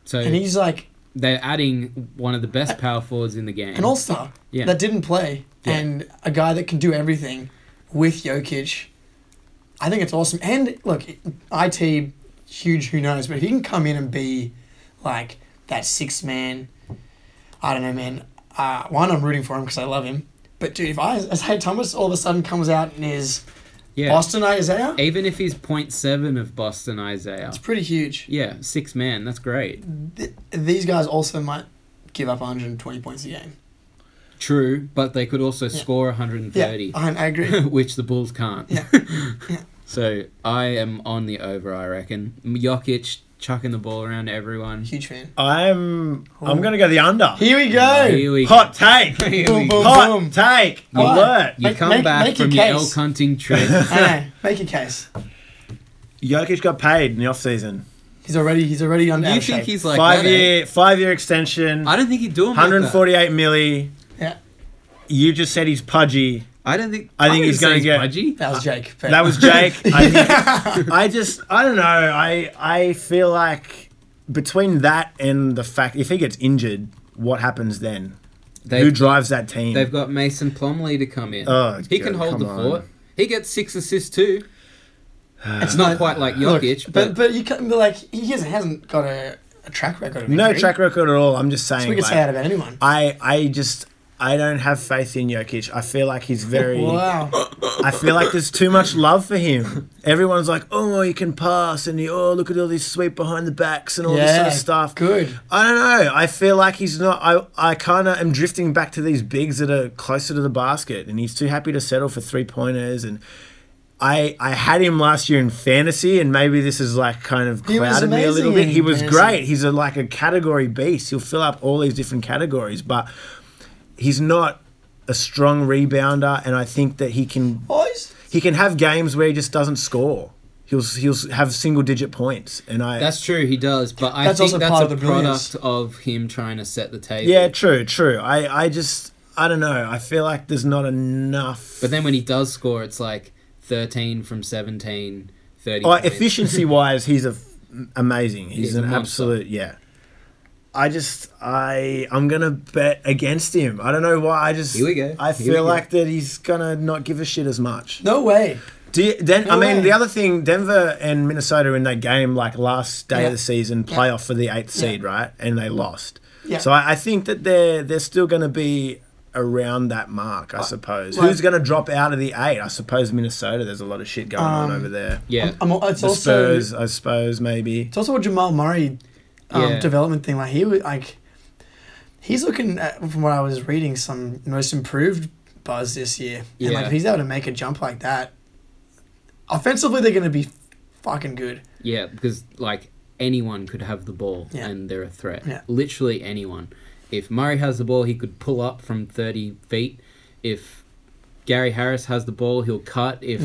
S1: So
S2: and he's like
S1: they're adding one of the best power forwards in the game.
S2: an all star
S1: Yeah.
S2: that didn't play
S1: Yeah.
S2: and a guy that can do everything with Jokic. I think it's awesome. And look, it huge, who knows? But if he can come in and be like that six man, I don't know, man. Uh, one, I'm rooting for him because I love him. But dude, if I, Isaiah Thomas all of a sudden comes out and is
S1: yeah.
S2: Boston Isaiah,
S1: Even if he's 0.7 of Boston Isaiah.
S2: it's pretty huge.
S1: Yeah, six man. That's great.
S2: Th- these guys also might give up 120 points a game.
S1: True, but they could also score 130,
S2: Yeah, I, I agree.
S1: which the Bulls can't.
S2: Yeah. Yeah.
S1: so I am on the over, I reckon. Jokic chucking the ball around to everyone.
S2: huge fan.
S5: I'm. I'm
S2: Oh.
S5: gonna go the under.
S2: Here we go.
S1: Here we
S5: Hot take.
S1: Here
S2: Boom,
S1: we go.
S2: boom.
S5: Hot take. Alert.
S1: You
S2: Make-
S1: come
S2: make-
S1: back
S2: make your
S1: from your elk
S2: case.
S1: hunting trip.
S2: I know. Make your case.
S5: Jokic got paid in the offseason.
S2: He's already he's already on.
S1: you think he's like
S5: five
S1: that, eh?
S5: year, five year extension.
S1: I don't think he'd do him. Like that.
S5: 148 milli.
S2: Yeah.
S5: You just said he's pudgy.
S1: I don't think.
S5: I think
S1: wouldn't
S5: he's gonna
S1: say
S5: get-
S1: pudgy.
S2: That was Jake. but-
S5: That was Jake. I, think- I just, I don't know. I, I feel like between that and the fact if he gets injured, what happens then? Who
S1: They've,
S5: drives that team?
S1: they've got Mason Plumley to come in.
S5: Oh,
S1: he can
S5: God,
S1: hold the
S5: come
S1: fort.
S5: on.
S1: He gets six assists too. It's not quite like
S2: Look,
S1: Jokic,
S2: but
S1: but,
S2: but you can, but like he hasn't hasn't got a, a track record. Of
S5: no
S2: injury.
S5: track record at all. I'm just saying.
S2: So we could
S5: like,
S2: say that about anyone.
S5: I, I just, I don't have faith in Jokic. I feel like he's very.
S2: Wow.
S5: I feel like there's too much love for him. Everyone's like, oh, he can pass, and he, oh, look at all this sweep behind the backs and all this sort
S2: Yeah,
S5: of stuff.
S2: good.
S5: I don't know. I feel like he's not. I, I kind of am drifting back to these bigs that are closer to the basket, and he's too happy to settle for three pointers. And I, I had him last year in fantasy, and maybe this is like kind of
S2: He was
S5: clouded me a
S2: amazing
S5: little bit. He
S2: in
S5: was
S2: fantasy.
S5: great. He's a, like a category beast. He'll fill up all these different categories, but he's not a strong rebounder, and I think that he can
S2: Boys.
S5: he can have games where he just doesn't score. He'll he'll have single digit points, and I.
S1: that's true. He does. But I
S2: That's
S1: think
S2: also
S1: that's
S2: part
S1: a
S2: of the brilliance.
S1: product of him trying to set the table.
S5: yeah, true, true. I I just I don't know. I feel like there's not enough.
S1: But then when he does score, it's like thirteen from 17, 30
S5: oh,
S1: points.
S5: efficiency wise, he's a f- amazing. He's,
S1: He's a
S5: an
S1: monster.
S5: absolute yeah. I just I I'm gonna bet against him. I don't know why. I just
S1: Here we go.
S5: I
S1: Here we
S5: feel
S1: go.
S5: like that he's gonna not give a shit as much.
S2: No way.
S5: Do you, then I
S2: No
S5: mean
S2: way.
S5: the other thing, Denver and Minnesota in that game like last day
S2: Yeah.
S5: of the season, playoff for the eighth seed, right? And they lost.
S2: Yeah.
S5: So I, I think that they're they're still going to be around that mark, I
S2: Uh,
S5: suppose.
S2: like-
S5: Who's going to drop out of the eight? I suppose Minnesota. There's a lot of shit going on
S2: Um,
S5: over there.
S1: Yeah.
S2: I'm, I'm- it's
S5: The
S2: also
S5: Spurs, I suppose, maybe.
S2: it's also a Jamal Murray um,
S1: Yeah.
S2: development thing. Like he was like he's looking at from what I was reading some most improved buzz this year. And like
S1: Yeah.
S2: if he's able to make a jump like that, offensively they're gonna be fucking good.
S1: Yeah, because like anyone could have the ball
S2: Yeah.
S1: and they're a threat.
S2: Yeah.
S1: Literally anyone. If Murray has the ball, he could pull up from 30 feet. If Gary Harris has the ball, he'll cut. If uh, Will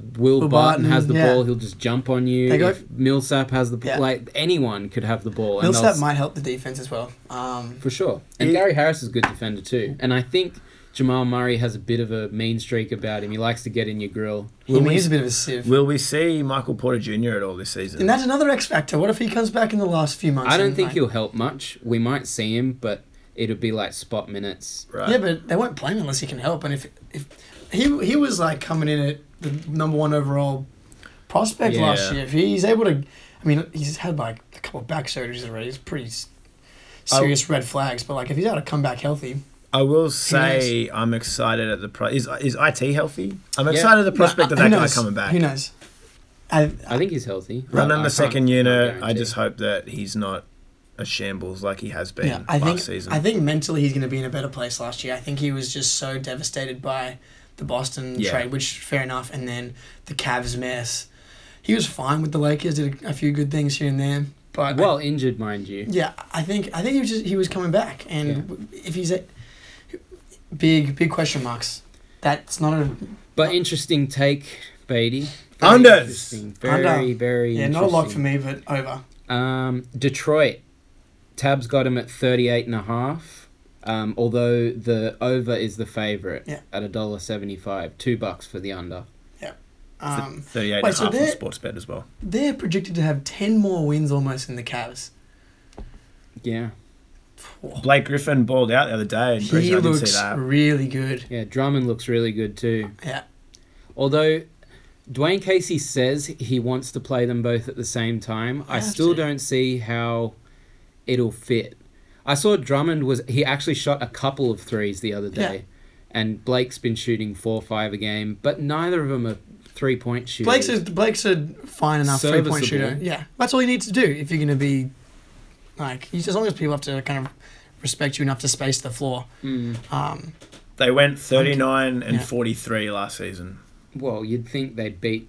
S2: Mm-hmm. Will
S1: Barton,
S2: Barton,
S1: has the
S2: yeah.
S1: ball, he'll just jump on you.
S2: They got-
S1: if Millsap has the ball,
S2: Yeah.
S1: like anyone could have the ball. and they'll
S2: Millsap
S1: s-
S2: might help the defense as well. Um,
S1: For sure. And
S5: Yeah.
S1: Gary Harris is a good defender too. And I think Jamal Murray has a bit of a mean streak about him. He likes to get in your grill.
S2: He
S5: we-
S2: is a bit of a sieve.
S5: Will we see Michael Porter Jr. at all this season?
S2: And that's another X factor. What if he comes back in the last few months?
S1: I don't
S2: and,
S1: think
S2: like-
S1: he'll help much. We might see him, but it'll be like spot minutes.
S5: right.
S2: Yeah, but they won't play him unless he can help. And if if he he was like coming in at the number one overall prospect
S5: Yeah.
S2: last year, if he's able to, I mean, he's had like a couple of back surgeries already. It's pretty s-
S5: I-
S2: serious red flags. But like if he's able to come back healthy,
S5: I will say I'm excited at the pro- is is it healthy? I'm excited at the prospect of
S2: Who
S5: that guy
S2: knows?
S5: coming back.
S2: Who knows? I,
S1: I think he's healthy.
S5: Run
S1: I-
S5: on
S1: I
S5: the
S1: can't-
S5: second
S1: can't
S5: unit. I
S1: guarantee.
S5: just hope that he's not a shambles like he has been
S2: yeah, I
S5: last
S2: think
S5: season.
S2: I think mentally he's going to be in a better place last year. I think he was just so devastated by the Boston
S5: Yeah.
S2: trade, which fair enough, and then the Cavs mess. He was fine with the Lakers, did a, a few good things here and there, but
S1: well injured, mind you.
S2: yeah, I think I think he was just, he was coming back, and
S1: Yeah.
S2: w- if he's a big big question marks, that's not a
S1: But interesting take, Beatty. Very
S5: Unders.
S1: interesting. Very,
S2: Under.
S1: very
S2: yeah
S1: interesting.
S2: not a lock for me, but over.
S1: Um, Detroit. Tabs got him at 38 and a half. Um, although the over is the favorite
S2: Yeah.
S1: at a dollar seventy-five, two bucks for the under.
S2: Um,
S5: 38
S2: Wait,
S5: and
S2: so
S5: a half on
S2: they're-
S5: sports bet as well.
S2: they're predicted to have ten more wins almost than the Cavs.
S1: Yeah,
S5: Blake Griffin balled out the other day, and
S2: He
S5: Bridget, I didn't see
S2: looks
S5: that.
S2: really good.
S1: yeah. Drummond looks really good too.
S2: Yeah.
S1: Although Dwayne Casey says he wants to play them both at the same time, I
S2: Have
S1: still
S2: to.
S1: don't see how it'll fit. I saw Drummond was he actually shot a couple of threes the other
S2: Yeah.
S1: day, and Blake's been shooting four or five a game, but neither of them are three point shooters.
S2: Blake's a, Blake's a fine enough three point shooter.
S1: Serviceable.
S2: Yeah, that's all you need to do if you're going to be like you- as long as people have to kind of respect you enough to space the floor.
S1: Hmm.
S2: Um,
S5: They went 39 and
S2: Yeah.
S5: 43 last season.
S1: well, you'd think they'd beat.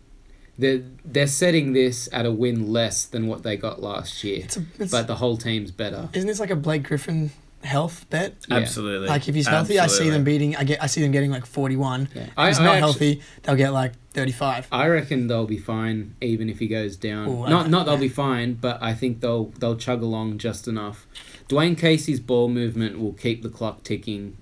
S1: They're, they're setting this at a win less than what they got last year,
S2: it's a, it's,
S1: but the whole team's better.
S2: isn't this like a Blake Griffin health bet?
S1: Yeah.
S5: Absolutely.
S2: Like if he's healthy, I see them
S5: Absolutely.
S2: beating. I get I see them getting like forty one.
S1: Yeah.
S2: If he's
S1: I- I
S2: not
S1: actu-
S2: healthy, they'll get like thirty five.
S1: I reckon they'll be fine, even if he goes down.
S2: Ooh, I
S1: not
S2: like
S1: not they'll
S2: that.
S1: be fine, but I think they'll they'll chug along just enough. Dwayne Casey's ball movement will keep the clock ticking,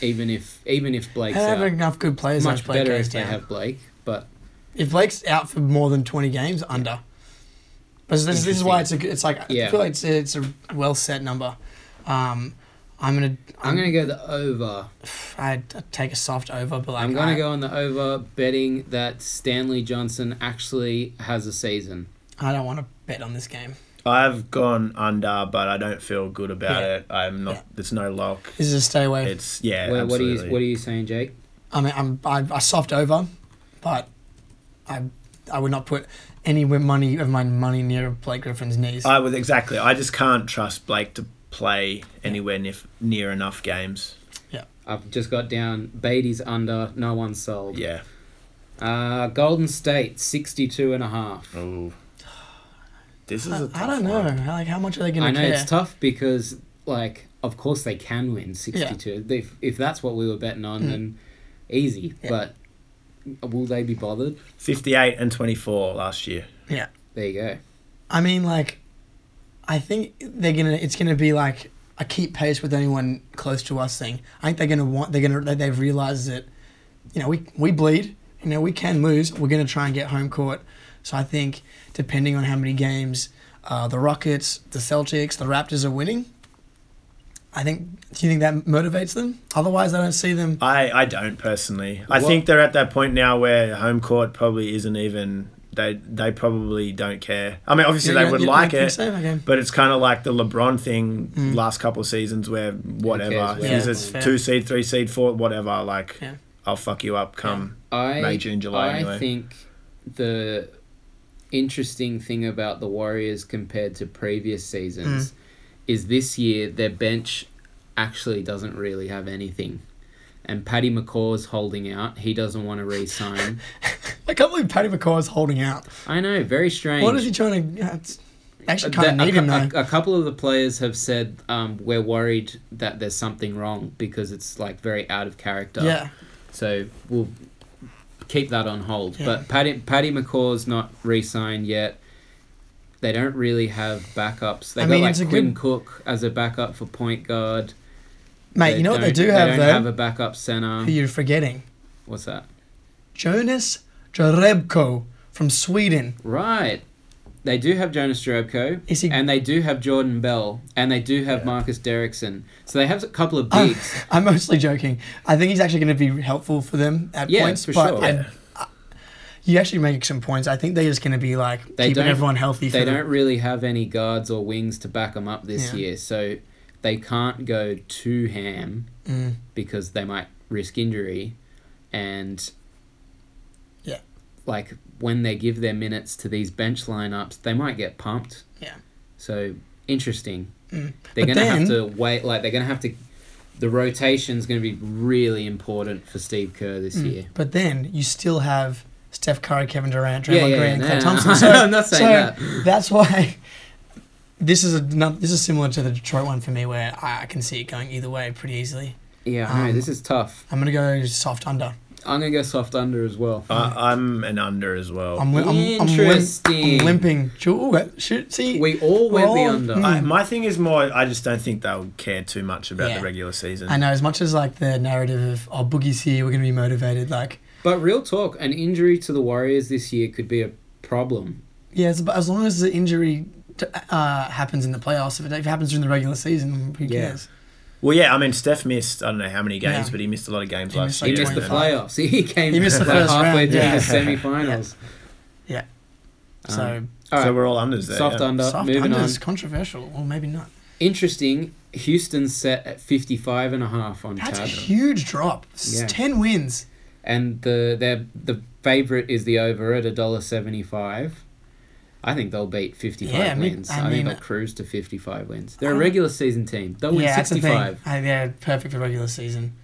S1: even if even if
S2: They
S1: Blake's
S2: have
S1: out.
S2: enough good players.
S1: Much
S2: Much Blake
S1: better
S2: goes
S1: if they
S2: down.
S1: have Blake, but
S2: If Blake's out for more than twenty games, under. But this, this is why it's a good- it's like
S1: Yeah.
S2: I feel like it's a, it's a well set number. Um, I'm gonna
S1: I'm gonna go the over.
S2: I take a soft over, but like
S1: I'm gonna
S2: I-
S1: go on the over, betting that Stanley Johnson actually has a season.
S2: I don't want to bet on this game.
S5: I've gone under, but I don't feel good about
S2: Yeah.
S5: it. I'm not.
S2: Yeah.
S5: There's no lock.
S2: This is a stay away.
S5: It's yeah.
S1: Well, what are
S5: absolutely.
S1: you what are you saying, Jake?
S2: I mean, I'm I, I soft over, but I I would not put any wi- money of my money near Blake Griffin's knees.
S5: I was exactly. I just can't trust Blake to play anywhere near, near enough games.
S1: I've just got down Beatty's under, no one sold.
S5: Yeah.
S1: Uh, Golden State sixty-two and a half.
S5: Oh. This is. a
S2: I
S5: tough
S2: don't know.
S5: one.
S2: Like, how much are they
S1: I
S2: going to
S1: know
S2: care?
S1: it's tough because, like, of course they can win 62. If, if that's what we were betting on,
S2: Mm.
S1: then easy. But will they be bothered?
S5: Fifty-eight and twenty-four last year.
S2: yeah.
S1: There you go.
S2: I mean, like, I think they're gonna. It's gonna be like a keep pace with anyone close to us thing. I think they're gonna want. They're gonna. they- They've realized that, you know, we we bleed. You know, we can lose. We're gonna try and get home court. So I think depending on how many games, uh, the Rockets, the Celtics, the Raptors are winning. I think. Do you think that motivates them? Otherwise, I don't see them.
S5: I, I don't personally. I
S1: What-
S5: think they're at that point now where home court probably isn't even. They they probably don't care. I mean, obviously
S2: Yeah,
S5: they
S2: yeah,
S5: would
S2: yeah,
S5: like
S2: I think
S5: it,
S2: so, okay.
S5: but it's kind of like the LeBron thing
S2: Mm.
S5: last couple of seasons where whatever.
S1: cares?
S5: If
S1: Yeah,
S5: he's
S2: that's
S5: a
S2: fair.
S5: two seed, three seed, four, whatever. Like,
S2: Yeah.
S5: I'll fuck you up. Come.
S1: I,
S5: May, June, July,
S1: I
S5: anyway.
S1: think the interesting thing about the Warriors compared to previous
S2: Mm.
S1: seasons is this year their bench actually doesn't really have anything. And Paddy McCaw's holding out. He doesn't want to re sign.
S2: I can't believe Paddy McCaw is holding out.
S1: I know, very strange.
S2: What is he trying to? yeah, it's- they actually,
S5: Uh,
S2: kind
S1: That-
S2: of need him
S1: Uh, a,
S2: though.
S1: cou- a- a couple of the players have said um, we're worried that there's something wrong because it's like very out of character.
S2: Yeah.
S1: So we'll keep that on hold.
S2: Yeah.
S1: But Paddy Paddy McCaw's not re-signed yet. They don't really have backups. They
S2: I
S1: got
S2: mean,
S1: like
S2: it's a
S1: Quinn
S2: good-
S1: Cook as a backup for point guard.
S2: Mate, you know what they
S1: don't-
S2: do have,
S1: They don't
S2: though?
S1: have a backup center.
S2: who you're forgetting.
S1: What's that?
S2: Jonas Jarebko from Sweden.
S1: Right. They do have Jonas Jerebko,
S2: Is he-
S1: and they do have Jordan Bell, and they do have Marcus Derrickson. So they have a couple of
S2: I'm,
S1: bigs.
S2: I'm mostly joking. I think he's actually going to be helpful for them at
S1: Yeah,
S2: points.
S1: for
S2: but
S1: sure.
S2: I,
S1: Yeah.
S2: I- you actually make some points. I think they're just going to be like
S1: They
S2: keeping
S1: don't-
S2: everyone healthy. For
S1: they
S2: them.
S1: don't really have any guards or wings to back them up this
S2: Yeah.
S1: year, so they can't go too ham
S2: Mm.
S1: because they might risk injury, and
S2: Yeah.
S1: like when they give their minutes to these bench lineups, they might get pumped.
S2: Yeah. Mm.
S1: So interesting. They're
S2: But
S1: gonna have to
S2: then-
S1: wait. Like they're gonna have to. The rotation's gonna be really important for Steve Kerr this year.
S2: Hmm. But then you still have Steph Curry, Kevin Durant, Draymond
S1: Yeah, yeah,
S2: Green, and
S1: yeah,
S2: Clay
S1: no,
S2: Thompson.
S1: no,
S2: So,
S1: I'm not saying
S2: so
S1: that.
S2: That's why this is a, no- this is similar to the Detroit one for me, where I I can see it going either way pretty easily.
S1: Yeah, I know,
S2: Um,
S1: this is tough.
S2: I'm gonna go soft under.
S1: I'm gonna go soft under as well.
S5: I, I'm an under as well.
S2: I'm, li- I'm, I'm, lim-
S1: Interesting.
S2: I'm limping. Ooh, uh, shoot, see,
S1: we all went the
S2: Well,
S1: under.
S2: mm.
S5: I, my thing is more. I just don't think they'll care too much about
S2: Yeah.
S5: the regular season.
S2: I know as much as like the narrative of oh Boogie's here, we're gonna be motivated. Like
S1: But real talk, an injury to the Warriors this year could be a problem.
S2: yeah, it's, but as long as the injury t- uh, happens in the playoffs, if it, if it happens during the regular season, who
S1: Yeah.
S2: cares?
S5: Well, yeah. I mean, Steph missed. I don't know how many games,
S2: Yeah.
S5: but he missed a lot of games
S2: He
S5: last
S1: He
S5: year.
S2: like
S1: missed the
S5: and-
S2: 25.
S1: playoffs. He came
S2: He missed the
S1: like
S2: first
S1: halfway
S2: round,
S1: through
S2: yeah.
S1: the semifinals.
S2: Yeah.
S1: Um,
S2: So
S1: All
S5: So
S1: right,
S5: we're all unders there.
S1: soft
S5: yeah.
S1: under.
S2: soft
S1: uh, moving
S2: under
S1: on.
S2: is controversial, or maybe not.
S1: Interesting. Houston's set at 55 and a half on
S2: That's a
S1: tab.
S2: huge drop. S-
S1: Yeah.
S2: Ten wins.
S1: and the their the favorite is the over at $1.75. I think they'll beat 55
S2: Yeah, I mean-
S1: wins.
S2: I
S1: I,
S2: mean-
S1: think they'll cruise to 55 wins. They're a regular season team. They'll win
S2: yeah, that's the thing.
S1: 65.
S2: Uh, they're perfect for regular season.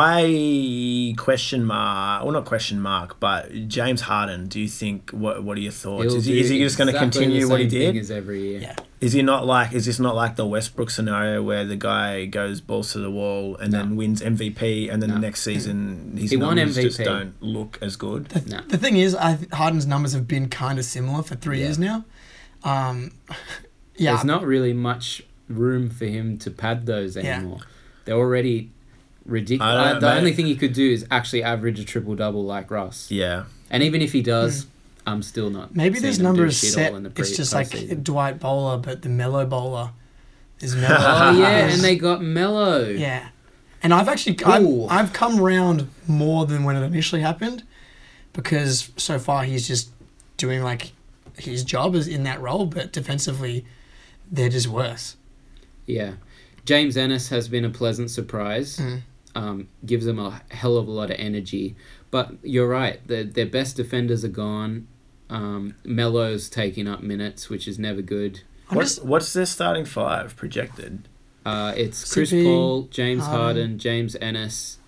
S5: My question mark, well, not question mark, but James Harden. Do you think what? What are your thoughts?
S1: He'll
S5: Is he,
S1: do
S5: is he just going to
S1: exactly the
S5: continue what he
S1: same thing
S5: did?
S1: as every year.
S2: Yeah.
S5: Is he not like? Is this not like the Westbrook scenario where the guy goes balls to the wall and then wins MVP, and then the
S1: No.
S5: next season his
S1: He won
S5: numbers just
S1: MVP.
S5: don't look as good?
S1: No.
S2: The thing is, I, th- Harden's numbers have been kind of similar for three years now. Um, yeah,
S1: There's not really much room for him to pad those
S2: Yeah.
S1: anymore. They're already ridiculous.
S5: I don't
S1: the
S5: know,
S1: only
S5: mate.
S1: thing he could do is actually average a triple double like Russ.
S5: Yeah.
S1: And even if he does, I'm still not.
S2: Hmm. Maybe
S1: seeing
S2: this
S1: him do
S2: number is
S1: shit
S2: set.
S1: all in the pre-
S2: it's just like
S1: postseason.
S2: Dwight Bowler, but the mellow bowler is mellow.
S1: oh yeah, and they got Mello.
S2: yeah. And I've actually I've,
S1: Ooh.
S2: I've come round more than when it initially happened, because so far he's just doing like his job is in that role, but defensively, they're just worse.
S1: Yeah. James Ennis has been a pleasant surprise.
S2: Hmm.
S1: Um, gives them a hell of a lot of energy. But you're right. Their, their best defenders are gone. Um, Mello's taking up minutes, which is never good.
S2: I'm
S5: What,
S2: just
S5: what's their starting five projected?
S1: Uh, it's Chris
S2: CP,
S1: Paul, James
S2: Harden.
S1: Harden, James Ennis,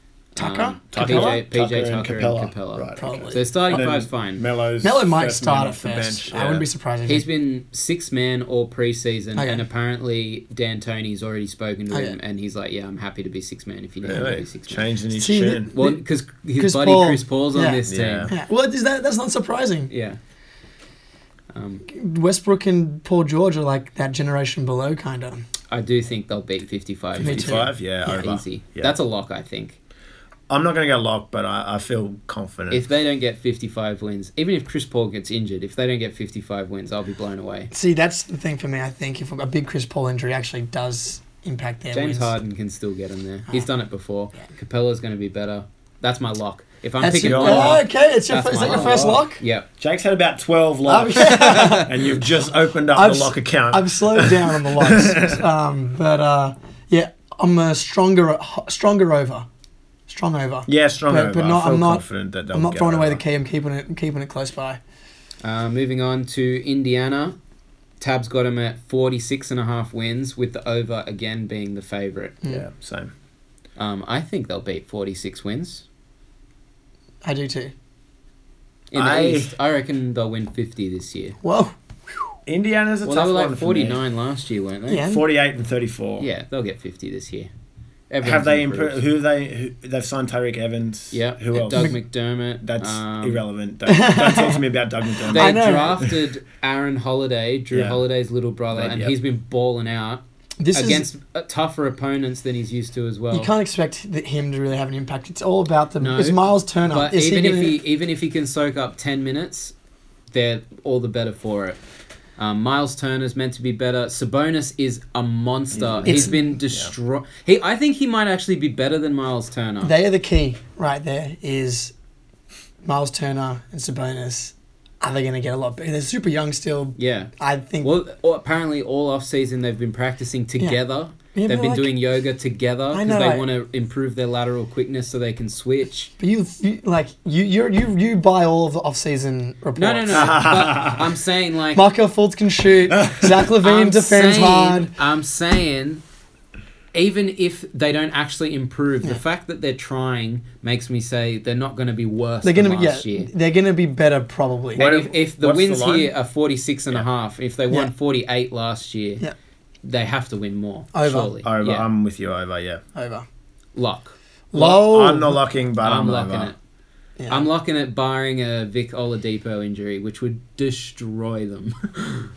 S1: um,
S2: Tucker?
S1: PJ,
S2: Tucker?
S6: Tucker
S1: PJ Tucker,
S6: and
S1: and Capella.
S6: Capella. Right, okay.
S2: Probably.
S1: So their starting
S6: And
S1: Oh, five's
S6: then
S1: fine.
S6: Melo's
S2: Melo might
S6: first
S2: start
S6: man
S2: at
S6: off the
S2: first.
S6: bench,
S2: I
S5: yeah.
S2: wouldn't be surprised if
S1: He's
S2: he-
S1: been six man all preseason,
S2: Okay.
S1: and apparently Dan Tony's already spoken to
S2: Okay.
S1: him, and he's like, "Yeah, I'm happy to be six man if you need me to
S5: Really?
S1: be six man."
S5: Changing his
S2: See,
S5: tune.
S1: Well, because his
S2: Chris
S1: buddy
S2: Paul.
S1: Chris Paul's on
S2: Yeah.
S1: this team.
S5: Yeah.
S1: Yeah.
S2: Yeah. Well, is that that's not surprising. Westbrook and Paul George are like that generation below, kind of.
S1: I do think they'll beat 55.
S2: Me too.
S5: 55? Yeah,
S1: Yeah,
S5: over.
S1: easy.
S5: Yeah.
S1: That's a lock, I think.
S5: I'm not going to go lock, but I, I feel confident.
S1: If they don't get 55 wins, even if Chris Paul gets injured, if they don't get 55 wins, I'll be blown away.
S2: See, that's the thing for me. I think if a big Chris Paul injury actually does impact their
S1: James
S2: wins.
S1: Harden can still get him
S5: Oh.
S1: there. He's done it before. Capella's going to be better. That's my lock. If I'm
S2: That's
S1: picking
S2: your,
S1: one
S2: oh,
S1: lock,
S2: okay. It's your,
S1: that's
S2: fir- is
S1: my
S2: that your first lock?
S1: yeah.
S5: Jake's had about 12 locks, and you've just opened up
S2: I've
S5: the
S2: s-
S5: lock account.
S2: I've slowed down on the locks, um, but uh, yeah, I'm a stronger, stronger over, strong over.
S5: yeah, strong
S2: but,
S5: over.
S2: but not,
S5: I feel
S2: I'm not,
S5: confident that they'll
S2: I'm not
S5: get
S2: throwing away
S5: over.
S2: the key. I'm keeping it, keeping it close by.
S1: Uh, moving on to Indiana. Tab's got him at 46 and a half wins, with the over again being the favorite.
S5: Yeah, same.
S1: Um, I think they'll beat 46 wins.
S2: I do too.
S1: In the
S5: I-
S1: East, I reckon they'll win 50 this year.
S2: Whoa.
S5: Indiana's a
S1: Well,
S5: tough
S1: they were
S5: one
S1: like
S5: for
S1: 49 last year, weren't they?
S2: Yeah.
S5: me. 48 and 34.
S1: Yeah, they'll get 50 this year.
S5: Have
S1: Everyone's
S5: they improved? Who they? Who, they've signed Tyreek Evans.
S1: Yeah,
S5: Who else?
S1: Doug McDermott.
S5: That's
S1: um,
S5: irrelevant. Don't, don't talk to me about Doug McDermott.
S1: They
S2: know.
S1: drafted Aaron Holiday, Drew
S5: Yeah.
S1: Holiday's little brother,
S5: They-
S1: and
S5: yep.
S1: he's been balling out.
S2: This
S1: against uh tougher opponents than he's used to as well.
S2: is you can't expect that him to really have an impact. It's all about the
S1: No,
S2: it's Miles Turner.
S1: But
S2: Is
S1: even
S2: he
S1: if
S2: gonna-
S1: he even if he can soak up ten minutes, they're all the better for it. Um, Miles Turner's meant to be better. Sabonis is a monster.
S2: Mm. It's-
S1: he's been destroyed. He, I think he might actually be better than Miles Turner.
S2: they are the key right there. Is Miles Turner and Sabonis are they going to get a lot better? They're super young still.
S1: yeah.
S2: I think
S1: Well, or apparently all off season they've been practicing together.
S2: Yeah,
S1: they've
S2: but
S1: been
S2: like-
S1: doing yoga together
S2: I
S1: because
S2: know,
S1: they
S2: like-
S1: want to improve their lateral quickness so they can switch.
S2: But you, you like you you you you buy all of the off-season reports.
S1: No, no, no. but I'm saying like
S2: Marco Fultz can shoot. Zach Levine
S1: I'm
S2: defends
S1: saying,
S2: hard.
S1: I'm saying, even if they don't actually improve, the fact that they're trying makes me say they're not going to be worse
S2: They're gonna
S1: than
S2: be yeah,
S1: last year.
S2: They're gonna be better probably.
S1: And
S5: What
S1: if,
S5: if-
S1: if the
S5: what's the
S1: wins
S5: line?
S1: here are 46 and a half, if they won
S2: Yeah.
S1: 48 last year,
S2: Yeah.
S1: they have to win more.
S2: Over.
S1: Surely.
S5: Over.
S1: Yeah.
S5: I'm with you. Over. Yeah.
S2: Over.
S1: Lock.
S2: Low.
S5: I'm not locking, but
S1: I'm,
S5: I'm,
S1: locking
S5: over.
S1: it.
S2: Yeah.
S1: I'm locking it, barring a Vic Oladipo injury, which would destroy them.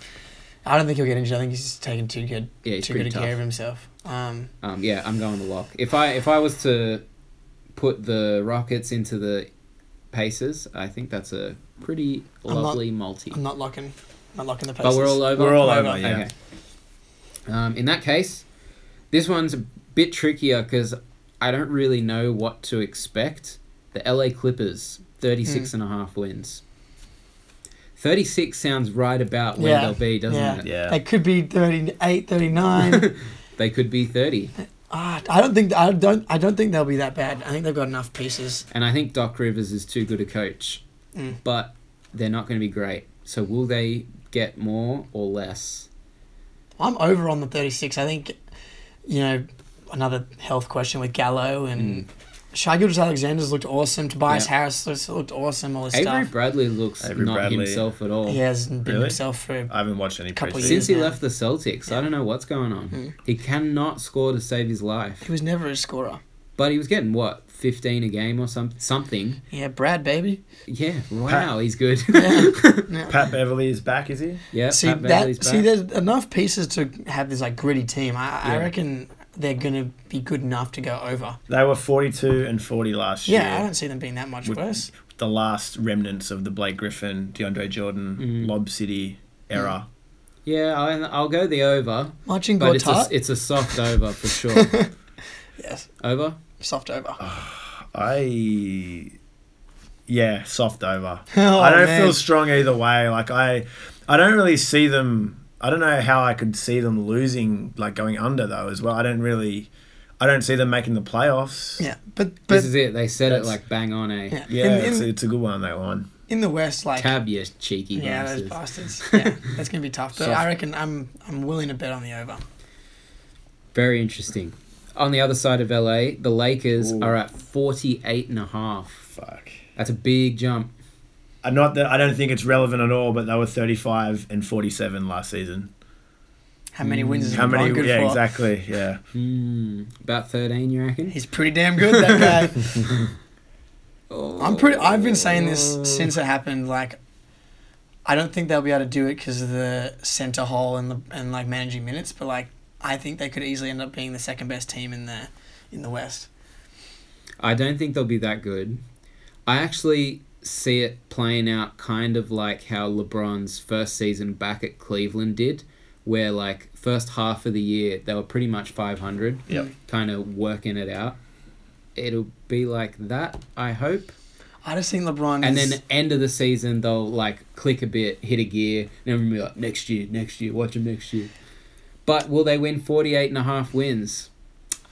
S2: I don't think he'll get injured. I think he's just taking too good,
S1: Yeah, he's
S2: too good
S1: pretty
S2: a
S1: tough.
S2: care of himself. Um,
S1: Um, yeah, I'm going to lock. If I if I was to put the Rockets into the Pacers, I think that's a pretty
S2: not-
S1: lovely multi.
S2: I'm not locking, not locking the
S1: But
S2: Pacers.
S1: we're all over.
S5: We're all
S2: Over.
S5: over. Yeah.
S1: Okay. Um, in that case, this one's a bit trickier because I don't really know what to expect. The LA Clippers,
S2: Hmm.
S1: 36 and a half wins. 36 sounds right about where
S2: Yeah.
S1: they'll be, doesn't
S2: yeah.
S1: it?
S5: Yeah.
S2: They could be 38, 39.
S1: They could be 30.
S2: Ah, I don't think I don't I don't think they'll be that bad. I think they've got enough pieces.
S1: And I think Doc Rivers is too good a coach,
S2: Mm.
S1: but they're not going to be great. So will they get more or less?
S2: I'm over on the 36. I think, you know, another health question with Gallo and Shai Gildas Alexander's looked awesome. Tobias
S1: Hmm. Yeah.
S2: Harris looks, looked awesome. All this
S1: Avery
S2: stuff.
S1: Bradley looks
S5: Avery
S1: not
S5: Bradley.
S1: himself at all.
S2: He hasn't been
S5: Really?
S2: himself for.
S5: I haven't watched any
S2: Couple
S5: preseason.
S1: Since he
S2: Yeah. Mm.
S1: left the Celtics, I don't know what's going on. He cannot score to save his life.
S2: He was never a scorer.
S1: But he was getting what, 15 a game or some, something?
S2: Yeah, Brad, baby.
S1: Yeah, wow, he's good.
S5: Pat Beverly is back, is he?
S1: yeah,
S2: See
S1: Pat Beverly's
S2: that?
S1: back.
S2: See, there's enough pieces to have this like gritty team. I, I
S1: Yeah.
S2: reckon they're gonna be good enough to go over.
S5: They were 42 and 40 last year.
S2: Yeah, I don't see them being that much
S5: Would-
S2: worse.
S5: the last remnants of the Blake Griffin, DeAndre Jordan,
S2: Mm-hmm.
S5: Lob City era.
S1: yeah, I, I'll go the over,
S2: Marching
S1: but it's a,
S2: Gortat,
S1: it's a soft over for sure.
S2: yes,
S1: Over?
S2: soft over.
S1: Ah.
S5: I yeah, soft over.
S2: Oh,
S5: I don't
S2: man.
S5: feel strong either way. Like I I don't really see them I don't know how I could see them losing like going under though as well. I don't really I don't see them making the playoffs.
S2: Yeah, but but
S1: This is it. They said it
S5: That's-
S1: like bang on, eh?
S2: yeah,
S5: Yeah,
S2: in,
S5: it's,
S2: in,
S5: it's a good one that one.
S2: in the West, like
S1: Tab, you cheeky
S2: yeah,
S1: bastards.
S2: those bastards. Yeah, that's gonna be tough. But
S1: Soft.
S2: I reckon I'm I'm willing to bet on the over.
S1: Very interesting. On the other side of LA, the Lakers are at 48 and a half.
S5: Fuck.
S1: That's a big jump.
S5: Uh, Not that I don't think it's relevant at all, but they were 35 and 47 last season.
S2: How many wins
S1: Mm,
S2: is
S5: How
S2: LeBron
S5: many?
S2: good
S5: Yeah,
S2: for?
S5: exactly. Yeah.
S1: Hmm, About 13, you reckon?
S2: He's pretty damn good, that guy.
S1: Oh.
S2: I'm pretty. I've been saying this since it happened. Like, I don't think they'll be able to do it because of the center hole and the and like managing minutes. But like, I think they could easily end up being the second best team in the in the West.
S1: I don't think they'll be that good. I actually see it playing out kind of like how LeBron's first season back at Cleveland did, where like first half of the year they were pretty much 500,
S5: Yep.
S1: kind of working it out. It'll be like that, I hope.
S2: I just think LeBron.
S1: And
S2: is-
S1: then end of the season they'll like click a bit, hit a gear, and everyone will be like, next year, next year, watch them next year. But will they win 48 and a half wins?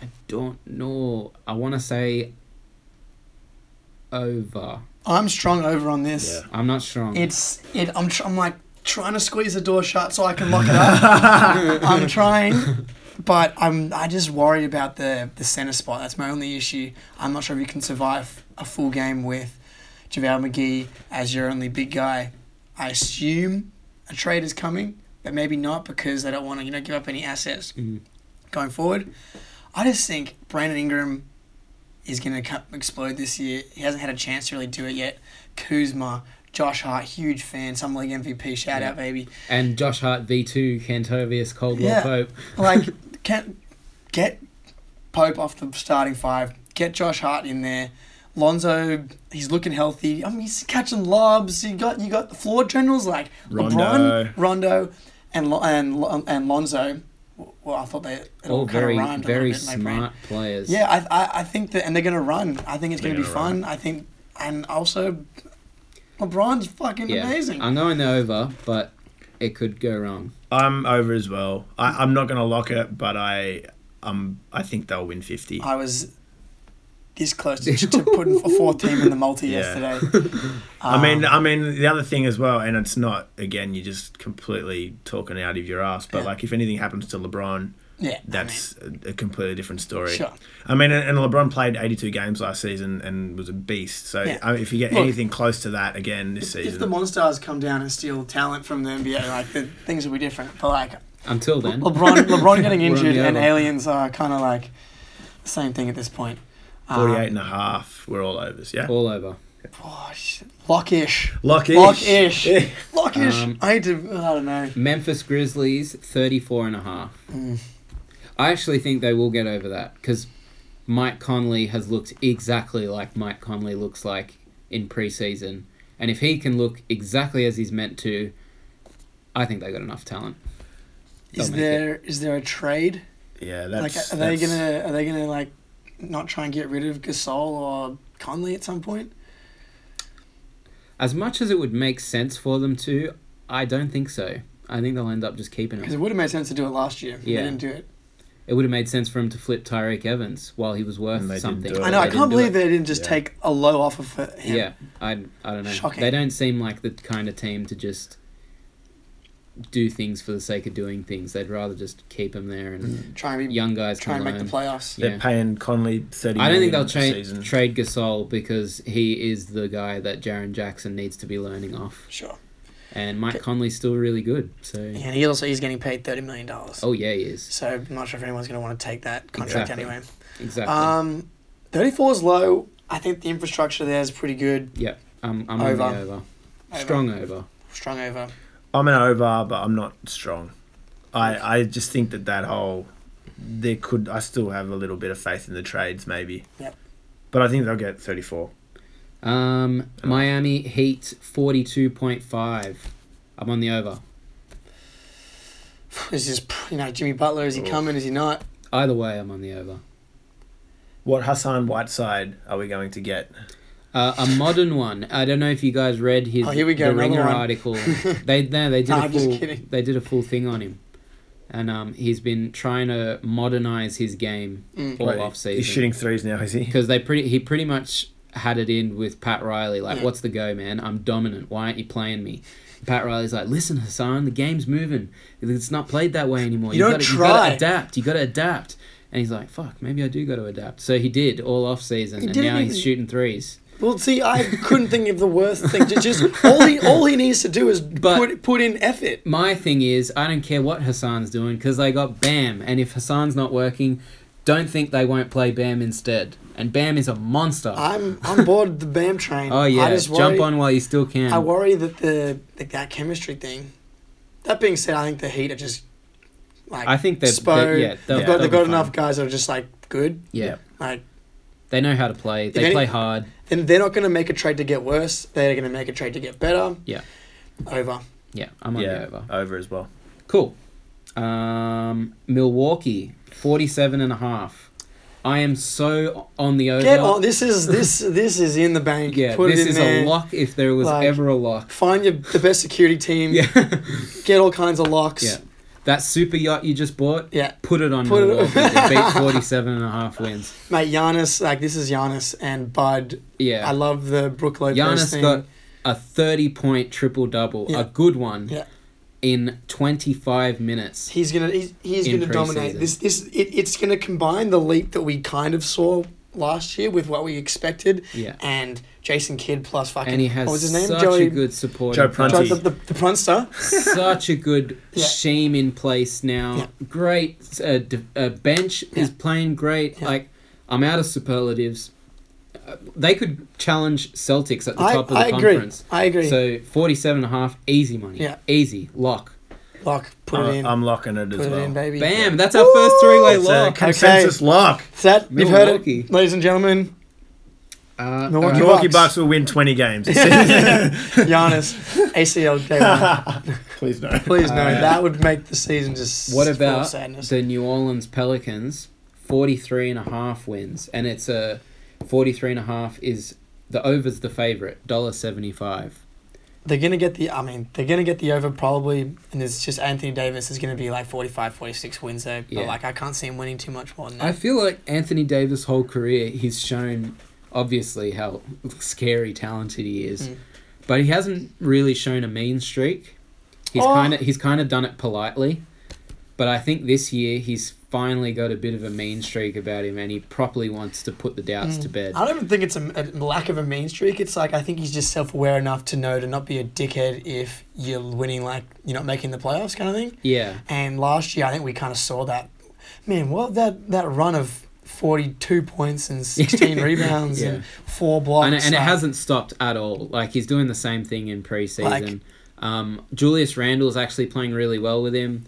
S1: I don't know. I want to say over.
S2: I'm strong over on this.
S5: Yeah.
S1: I'm not strong.
S2: It's it. I'm tr- I'm like trying to squeeze the door shut so I can lock it up. I'm trying, but I'm I just worry about the the center spot. That's my only issue. I'm not sure if you can survive a full game with JaVale McGee as your only big guy. I assume a trade is coming, but maybe not because they don't want to you know give up any assets going forward. I just think Brandon Ingram is going to explode this year. He hasn't had a chance to really do it yet. Kuzma, Josh Hart, huge fan, Summer League MVP, shout out, baby.
S1: and Josh Hart V2, Cantovius, Caldwell
S2: Yeah.
S1: Pope.
S2: Like, can get Pope off the starting five. Get Josh Hart in there. Lonzo, he's looking healthy. I mean, he's catching lobs. You got you got the floor generals like
S5: Rondo.
S2: LeBron, Rondo, and Lo- and Lo- and Lonzo. Well, I thought they it
S1: All
S2: kinda
S1: very,
S2: rhymed a little
S1: very
S2: bit in my brain.
S1: smart players.
S2: Yeah, I, I I think that, and they're gonna run. I think it's gonna
S5: They're
S2: be
S5: gonna
S2: fun. I think, and also, LeBron's fucking
S1: Yeah.
S2: amazing.
S1: I'm going over, but it could go wrong.
S5: I'm over as well. I, I'm not going to lock it, but I um, I think they'll win 50.
S2: I was this close to, to putting a fourth team in the multi
S5: Yeah.
S2: yesterday.
S5: I mean,
S2: um,
S5: I mean the other thing as well, and it's not again. You're just completely talking out of your ass. But
S2: Yeah.
S5: like, if anything happens to LeBron,
S2: Yeah, I
S5: that's a, a completely different story.
S2: Sure.
S5: I mean, and and LeBron played 82 games last season and was a beast. So
S2: Yeah.
S5: I mean, if you get
S2: Look,
S5: anything close to that again this
S2: mean,
S5: season,
S2: if the Monstars come down and steal talent from the NBA, like the things will be different. But like
S1: Until then,
S2: LeBron, LeBron getting
S1: We're on the
S2: injured and
S1: other.
S2: aliens are kind of like the same thing at this point.
S5: 48 and a half, we're all overs. Yeah.
S1: all over.
S2: Oh, shit. Lockish.
S5: Lockish.
S2: Lockish.
S5: Yeah.
S2: Lockish.
S1: Um,
S2: I need to. I don't know.
S1: Memphis Grizzlies, 34 and a half.
S2: Mm.
S1: I actually think they will get over that because Mike Conley has looked exactly like Mike Conley looks like in preseason. And if he can look exactly as he's meant to, I think they got enough talent.
S2: Is
S1: They'll make
S2: there is there a trade?
S5: Yeah,
S2: Like,
S5: that's.
S2: are they
S5: that's-
S2: gonna are they gonna like not try and get rid of Gasol or Conley at some point?
S1: As much as it would make sense for them to, I don't think so. I think they'll end up just keeping
S2: Because it
S1: him.
S2: would have made sense to do it last year. Yeah.
S1: Yeah.
S2: They didn't do it.
S1: It would have made sense for him to flip Tyreek Evans while he was worth
S5: And they didn't
S1: something.
S5: do it.
S2: I
S1: They
S2: know. I
S1: didn't
S2: can't
S1: do
S2: believe
S1: it.
S2: they didn't just
S5: Yeah.
S2: take a low offer for him.
S1: Yeah, I, I don't know.
S2: Shocking.
S1: They don't seem like the kind of team to just do things for the sake of doing things. They'd rather just keep them there and
S2: Try and be,
S1: young guys
S2: Mm. try
S1: can
S2: and make the
S1: learn.
S2: playoffs.
S5: They're
S1: yeah.
S5: paying Conley 30
S1: I don't think
S5: million
S1: they'll
S5: this
S1: tra-
S5: season.
S1: trade Gasol because he is the guy that Jaron Jackson needs to be learning off,
S2: Sure.
S1: and Mike
S2: Okay.
S1: Conley's still really good. So
S2: Yeah, and he also he's getting paid thirty million dollars.
S1: oh yeah, he is
S2: So I'm not sure if anyone's going to want to take that contract
S1: Exactly.
S2: anyway.
S1: exactly.
S2: Um, thirty four is low. I think the infrastructure there is pretty good.
S1: yep, I'm I'm
S2: over.
S1: on the over.
S2: Over.
S1: Strong over.
S2: Strong over.
S5: I'm an over, but I'm not strong. I, I just think that that whole there could I still have a little bit of faith in the trades maybe.
S2: Yep.
S5: But I think they'll get 34.
S1: Um, Miami Heat forty two point five. I'm on the over.
S2: Is this you know Jimmy Butler? Is he
S1: Oh.
S2: coming? Is he not?
S1: Either way, I'm on the over.
S5: What Hassan Whiteside are we going to get?
S1: Uh, a modern one. I don't know if you guys read his
S2: Oh, here we go,
S1: the Ringer
S2: another one.
S1: article. they no, they did
S2: No,
S1: a
S2: I'm just
S1: full
S2: kidding.
S1: they did a full thing on him, and um, he's been trying to modernize his game
S2: Mm.
S1: all
S5: Wait,
S1: off
S5: He's
S1: season
S5: shooting threes now, is he?
S1: because they pretty he pretty much had it in with Pat Riley like
S2: Yeah.
S1: what's the go man I'm dominant why aren't you playing me. Pat Riley's like, listen, Hassan, the game's moving. It's not played that way anymore.
S2: You don't
S1: gotta,
S2: try."
S1: You gotta adapt. You gotta adapt. And he's like, fuck, maybe I do gotta adapt. So he did all off season, and
S2: didn't
S1: now he's
S2: even-
S1: shooting threes.
S2: Well, see, I couldn't think of the worst thing. Just, just all he all he needs to do is put put in effort.
S1: my thing is I don't care what Hassan's doing because they got Bam, and if Hassan's not working, don't think they won't play Bam instead. And Bam is a monster.
S2: I'm on board the BAM train.
S1: oh yeah,
S2: I just worry,
S1: jump on while you still can.
S2: I worry that the, the that chemistry thing. That being said, I think the Heat are just like
S1: I think they're-
S2: Spo,
S1: they're- yeah, they'll-
S2: they've got,
S1: they'll
S2: they've
S1: be
S2: got
S1: fine.
S2: enough guys that are just like good.
S1: yeah.
S2: Like
S1: they know how to play. They
S2: any-
S1: play hard.
S2: then they're not going to make a trade to get worse. They're going to make a trade to get better.
S1: Yeah,
S2: Over.
S1: yeah. I'm on
S5: Yeah,
S1: the over.
S5: over. as well.
S1: Cool. Um, Milwaukee, 47 and a half. I am so on the over.
S2: Get on. This is this this is in the bank.
S1: Yeah,
S2: Put
S1: this
S2: it in
S1: is
S2: there.
S1: a lock if there was
S2: Like-
S1: ever a lock.
S2: Find your the best security team.
S1: Yeah.
S2: Get all kinds of locks.
S1: Yeah. That super yacht you just bought,
S2: Yeah.
S1: put it on
S2: Put it-
S1: Milwaukee. They beat 47 and a half wins.
S2: Mate, Giannis, like this is Giannis and Bud.
S1: Yeah.
S2: I love the Brook Lopez
S1: Giannis
S2: thing.
S1: got a 30 point triple double,
S2: Yeah.
S1: a good one,
S2: Yeah.
S1: in 25 minutes.
S2: he's gonna he's, he's
S1: In
S2: gonna dominate.
S1: preseason.
S2: This this it, it's gonna combine the leap that we kind of saw last year with what we expected.
S1: Yeah.
S2: And Jason Kidd plus fucking
S1: And he has
S2: what was his name?
S1: such
S2: Joey
S1: a good support.
S5: Joe Prunty.
S2: Joe, the, the, the Prunster.
S1: such a good
S2: Yeah.
S1: scheme in place now.
S2: Yeah.
S1: Great uh, d- uh, bench is
S2: Yeah.
S1: playing great.
S2: Yeah.
S1: Like, I'm out of superlatives. Uh, They could challenge Celtics at the
S2: I,
S1: top of the
S2: I agree.
S1: conference.
S2: I agree.
S1: So 47 and a half, easy money.
S2: Yeah.
S1: Easy, lock.
S2: Lock, put it
S5: I'm,
S2: in.
S5: I'm locking it
S2: put
S5: as
S2: it
S5: well.
S2: in, baby.
S1: Bam! That's our first three-way
S5: It's a
S1: lock.
S5: consensus lock.
S2: That's that. You've heard
S1: Milwaukee.
S2: it, ladies and gentlemen.
S1: Uh,
S2: Milwaukee
S1: alright.
S5: Milwaukee
S2: Bucks.
S5: Bucks will win 20 games.
S2: Giannis, ACL day one.
S5: Please no.
S2: Please no, that would make the season just
S1: What
S2: full of
S1: about
S2: sadness.
S1: the New Orleans Pelicans? 43 and a half wins. And it's a 43 and a half is the over's the favorite, $1.75.
S2: They're gonna get the. I mean, they're gonna get the over probably, and it's just Anthony Davis is gonna be like 45, 46 wins there.
S1: Yeah.
S2: But like, I can't see him winning too much more than
S1: I
S2: that.
S1: feel like Anthony Davis' whole career, he's shown obviously how scary talented he
S2: Hmm.
S1: is, but he hasn't really shown a mean streak. He's
S2: Oh.
S1: kind of he's kind of done it politely, but I think this year he's finally got a bit of a mean streak about him, and he properly wants to put the doubts
S2: Hmm.
S1: to bed.
S2: I don't even think it's a, a lack of a mean streak. It's like I think he's just self-aware enough to know to not be a dickhead if you're winning, like you're not making the playoffs, kind of thing.
S1: Yeah,
S2: And last year, I think we kind of saw that. Man, what that that run of forty-two points and sixteen rebounds
S1: Yeah.
S2: and four blocks,
S1: and, and it
S2: like,
S1: hasn't stopped at all. Like he's doing the same thing in preseason.
S2: Like-
S1: um, Julius Randle's actually playing really well with him,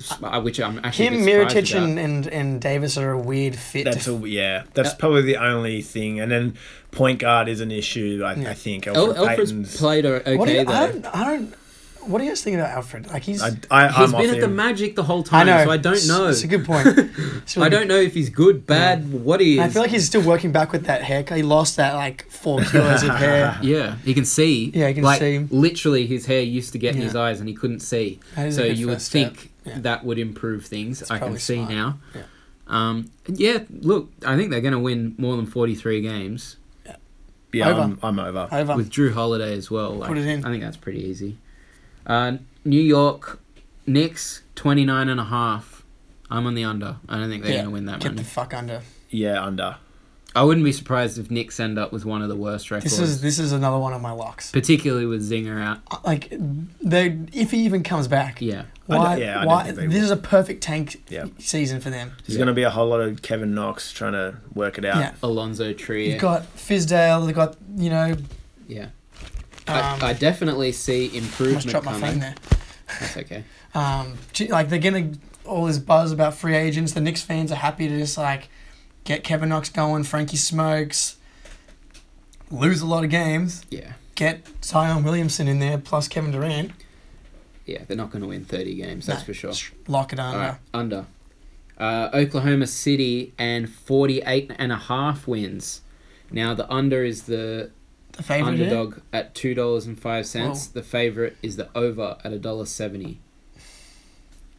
S1: s- uh, which I'm actually a
S2: Him,
S1: bit surprised
S2: Miritich,
S1: about.
S2: and, and, and Davis are a weird fit.
S5: That's
S2: to,
S5: all. Yeah, that's
S1: Uh,
S5: probably the only thing. And then point guard is an issue. I, I think.
S1: El-
S5: Alfred
S1: Alfred's
S5: Payton's-
S1: played o- okay
S2: what do you,
S1: though.
S2: I don't, I don't. What do you guys think about Alfred? Like he's.
S5: I, I,
S1: He's
S5: I'm off
S1: been at the
S5: him.
S1: Magic the whole
S2: I
S1: time,
S2: know.
S1: so I
S2: it's-
S1: don't know.
S2: It's a good point. It's really
S1: I don't know if he's good, bad, what he
S2: good.
S1: is.
S2: I feel like he's still working back with that haircut. He lost that like four kilos of hair.
S1: yeah, he can see.
S2: Yeah, he can
S1: like,
S2: see.
S1: Literally, his hair used to get in his
S2: Yeah.
S1: eyes, and he couldn't see.
S2: That is a
S1: So
S2: good
S1: you would
S2: first step.
S1: think
S2: Yeah.
S1: that would improve things. I can
S2: probably
S1: see
S2: smart.
S1: now.
S2: Yeah.
S1: Um, yeah, look, I think they're going to win more than forty-three games
S5: Yeah,
S2: Over.
S5: I'm, I'm over.
S2: Over.
S1: with Drew Holiday as well. Like,
S2: Put it in.
S1: I think that's pretty easy. Uh, New York Knicks twenty-nine and a half. I'm on the under. I don't think they're
S2: Yeah.
S1: going to win that
S2: Get
S1: money.
S2: the fuck under.
S5: Yeah, under.
S1: I wouldn't be surprised if Knicks end up with one of the worst records,
S2: This is this is another one of my locks. Uh,
S1: particularly with Zinger out.
S2: Like they, if he even comes back.
S1: Yeah,
S5: I don't-
S2: Why?
S5: yeah, I don't
S2: why?
S5: think they
S2: This
S5: will.
S2: is a perfect tank
S5: Yeah.
S2: season for them.
S5: There's
S1: Yeah.
S5: going to be a whole lot of Kevin Knox trying to work it out.
S2: Yeah.
S1: Alonzo Trier.
S2: You've got Fizdale. They've got you know. Um,
S1: yeah, I, I definitely see
S2: almost
S1: improvement
S2: dropped my
S1: coming.
S2: phone there.
S1: That's okay.
S2: Um, gee, like they're getting all this buzz about free agents. The Knicks fans are happy to just like get Kevin Knox going, Frankie Smokes, lose a lot of games,
S1: Yeah,
S2: get Zion Williamson in there plus Kevin Durant.
S1: yeah, they're not going to win thirty games. That's
S2: Nah,
S1: for sure.
S2: just Lock it
S1: All
S2: under.
S1: right, under. Uh, Oklahoma City and 48 and a half wins. Now the under is the
S2: The favorite here?
S1: underdog at two dollars and five cents. The favorite is the over at a dollar seventy.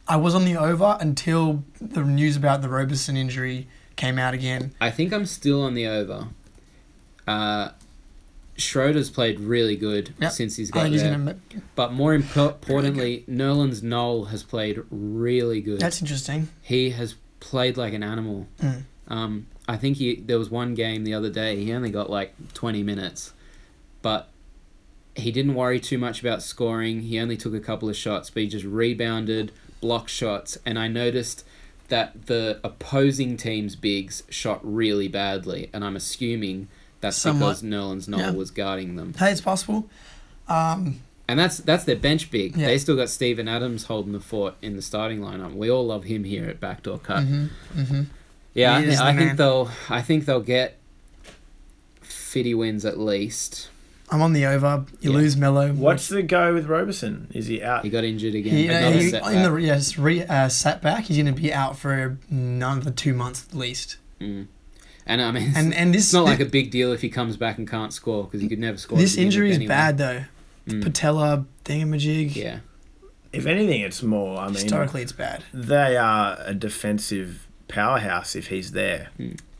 S2: I was on the over until the news about the Roberson injury came out again.
S1: I think I'm still on the over. Uh, Schroeder's played really good
S2: Yep.
S1: since he's
S2: I
S1: got
S2: think he's
S1: there.
S2: gonna. ma-
S1: But more impo- importantly, Nerlens Noel has played really good.
S2: That's interesting.
S1: he has played like an animal.
S2: Mm.
S1: Um, I think he there was one game the other day he only got like 20 minutes, but he didn't worry too much about scoring. He only took a couple of shots, but he just rebounded, blocked shots, and I noticed that the opposing team's bigs shot really badly, and I'm assuming that's
S2: Somewhat.
S1: because Nerlens Noel
S2: Yeah.
S1: was guarding them.
S2: Hey, it's possible. Um,
S1: And that's that's their bench big.
S2: Yeah.
S1: They still got Steven Adams holding the fort in the starting lineup. We all love him here at backdoor cut. Mm-hmm. Yeah,
S2: He
S1: I,
S2: is
S1: thi-
S2: the
S1: I
S2: man.
S1: think they'll I think they'll get fifty wins at least.
S2: I'm on the over. You
S1: Yeah.
S2: lose Mello.
S5: What's the go with Roberson? Is he out?
S1: He got injured again.
S2: He, uh,
S1: Another
S2: he-
S1: setback.
S2: in the yes re, uh, setback, he's going to be out for another two months at least.
S1: and I mean,
S2: And and this
S1: it's not like a big deal if he comes back and can't score because he could never score. at
S2: this
S1: the beginning
S2: injury is
S1: anyway. Mm.
S2: bad though. Patella thingamajig.
S1: Yeah,
S5: If anything, it's more. I mean,
S2: Historically, it's bad.
S5: they are a defensive powerhouse if he's there.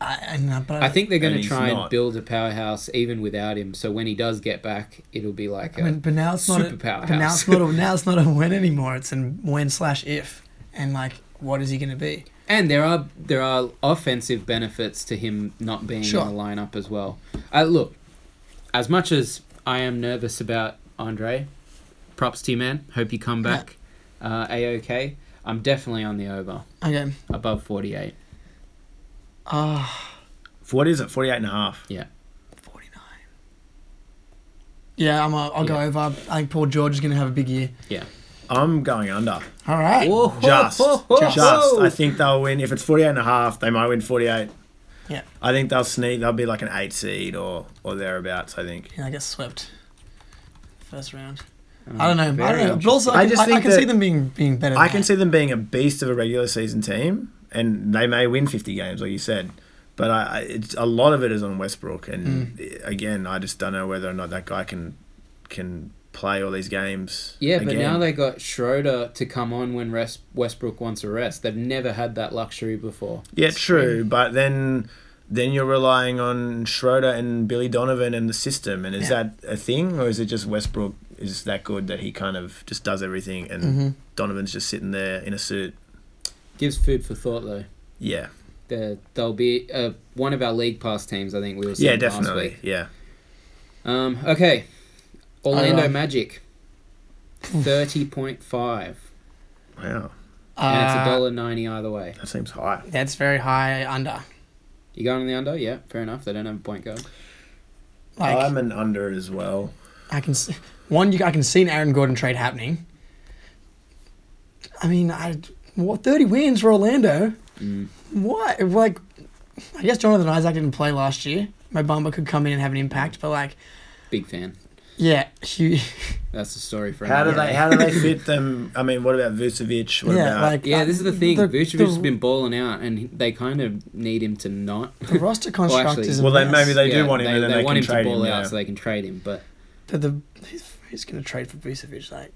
S2: I, and, uh, but
S1: I think they're going
S5: And
S1: to
S5: he's
S1: try and
S5: not.
S1: build a powerhouse even without him. So when he does get back, it'll be like a
S2: I mean, but now it's not. A,
S1: superpower
S2: but now
S1: house.
S2: it's not. A, now it's not a when anymore. It's an when slash if. And like, what is he going to be?
S1: And there are there are offensive benefits to him not being
S2: Sure.
S1: in the lineup as well. Uh, look, as much as I am nervous about Andre, props to you, man. Hope you come back uh, a okay. I'm definitely on the over
S2: Okay.
S1: above 48.
S2: Ah,
S5: What is it? 48 and a half.
S1: Yeah,
S2: forty nine. Yeah, I'm. A, I'll go
S1: Yeah.
S2: over. I think Paul George is going to have a big year.
S1: yeah.
S5: I'm going under.
S2: All right.
S1: Whoa,
S5: Just,
S1: ho, ho,
S5: just.
S1: ho.
S5: I think they'll win. If it's 48 and a half, they might win 48.
S2: Yeah.
S5: I think they'll sneak. They'll be like an eight seed or or thereabouts. I think.
S2: Yeah, I get swept. First round. I don't know. I don't know. But
S1: interesting.
S2: also, I,
S5: I
S2: can-
S5: just
S2: I- I
S5: think
S2: can
S5: that-
S2: see them being being better. Than
S5: I can
S2: that.
S5: see them being a beast of a regular season team, and they may win 50 games, like you said. But I, I it's, a lot of it is on Westbrook, and again, I just don't know whether or not that guy can can play all these games.
S1: Yeah, but
S5: again.
S1: now they got Schroeder to come on when rest, Westbrook wants a rest. They've never had that luxury before.
S5: Yeah, true. But then then you're relying on Schroeder and Billy Donovan and the system. And is
S2: Yeah.
S5: that a thing, or is it just Westbrook is that good that he kind of just does everything, and
S2: Mm-hmm.
S5: Donovan's just sitting there in a suit?
S1: Gives food for thought though.
S5: Yeah,
S1: There, they'll be uh, one of our league pass teams. I think we were
S5: yeah,
S1: saying last
S5: definitely,
S1: week.
S5: yeah.
S1: Um, okay, Orlando
S2: Alright.
S1: Magic, thirty point five,
S5: Wow,
S1: and it's a
S2: Uh,
S1: dollar ninety either way.
S5: that seems high.
S2: That's very high under.
S1: You going on the under? Yeah, fair enough. They don't have a point guard.
S2: Like
S5: I'm an under as well.
S2: I can see, one. You, I can see an Aaron Gordon trade happening. I mean, I what thirty wins for Orlando?
S1: Mm,
S2: What like? I guess Jonathan Isaac didn't play last year. Mobamba could come in and have an impact, but like,
S1: Big fan.
S2: yeah, he,
S1: That's the story for
S5: How do
S1: another
S5: they?
S1: day.
S5: How do they fit them? I mean, what about Vucevic? What
S2: yeah,
S5: about
S2: like
S1: Yeah,
S2: uh,
S1: this is the thing. Vucevic has
S2: the-
S1: been balling out, and they kind of need him to not.
S2: the roster
S1: actually,
S2: construct is a
S5: well, they
S2: mess.
S5: maybe they
S1: Yeah,
S5: do want him, and then they,
S1: want
S5: can
S1: him
S5: trade
S1: to
S5: him.
S1: ball out
S5: Yeah.
S1: so they can trade him. But
S2: But the he's, he's going to trade for Vucevic, like.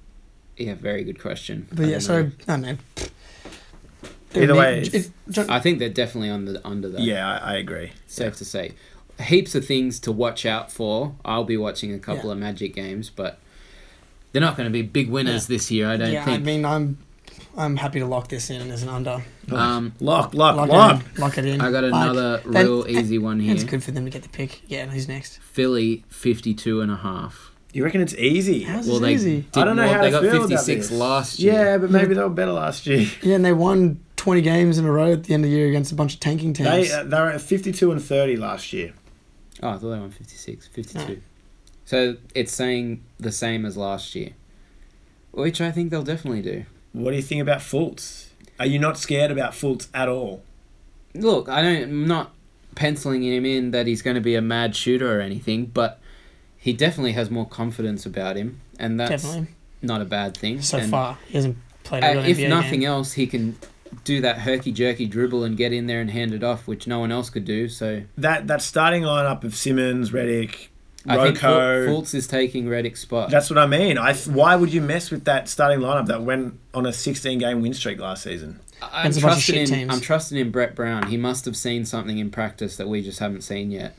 S1: yeah, very good question. I
S2: But yeah,
S1: don't
S2: so
S1: know.
S2: I don't know.
S5: Either way,
S2: It- it- John-
S1: I think they're definitely on the under though.
S5: yeah, I, I agree.
S1: safe to say. Heaps of things to watch out for. I'll be watching a couple
S2: Yeah.
S1: of Magic games, but they're not going to be big winners this year. I don't
S2: yeah, I
S1: think.
S2: mean, I'm I'm happy to lock this in as an under.
S1: um,
S5: Lock, lock,
S2: Lock,
S5: lock.
S2: it in. Lock it in.
S1: I got
S2: Like,
S1: another
S2: that-
S1: real easy one
S2: and It's
S1: here.
S2: good for them to get the pick. Yeah, and who's next?
S1: Philly 52 and a half.
S5: You reckon it's easy?
S2: How's
S1: Well,
S2: this
S1: they
S2: easy?
S1: didn't
S5: I don't know
S1: want-
S5: how
S1: they
S5: to
S1: got
S5: feel about
S1: 56
S5: this.
S1: last year.
S5: Yeah, but maybe they were better last year.
S2: Yeah, and they won 20 games in a row at the end of the year against a bunch of tanking teams.
S5: They uh, they were at fifty two and thirty last year.
S1: Oh, I thought they won 56, 52. So it's saying the same as last year, which I think they'll definitely do.
S5: What do you think about Fultz? Are you not scared about Fultz at all?
S1: Look, I don't, I'm not penciling him in that he's going to be a mad shooter or anything, but he definitely has more confidence about him, and that's
S2: Definitely.
S1: not a bad thing.
S2: So
S1: And,
S2: far, he hasn't played a
S1: uh,
S2: real
S1: if
S2: NBA
S1: nothing
S2: game.
S1: else, he can do that herky jerky dribble and get in there and hand it off, which no one else could do. So
S5: That that starting lineup of Simmons, Reddick,
S1: I think
S5: Roko.
S1: Ful- Fultz is taking Reddick's spot.
S5: That's what I mean. I why would you mess with that starting lineup that went on a 16 game win streak last season?
S1: I- I'm
S2: That's a bunch of
S1: trusting in
S2: shit teams.
S1: I'm trusting in Brett Brown. He must have seen something in practice that we just haven't seen yet.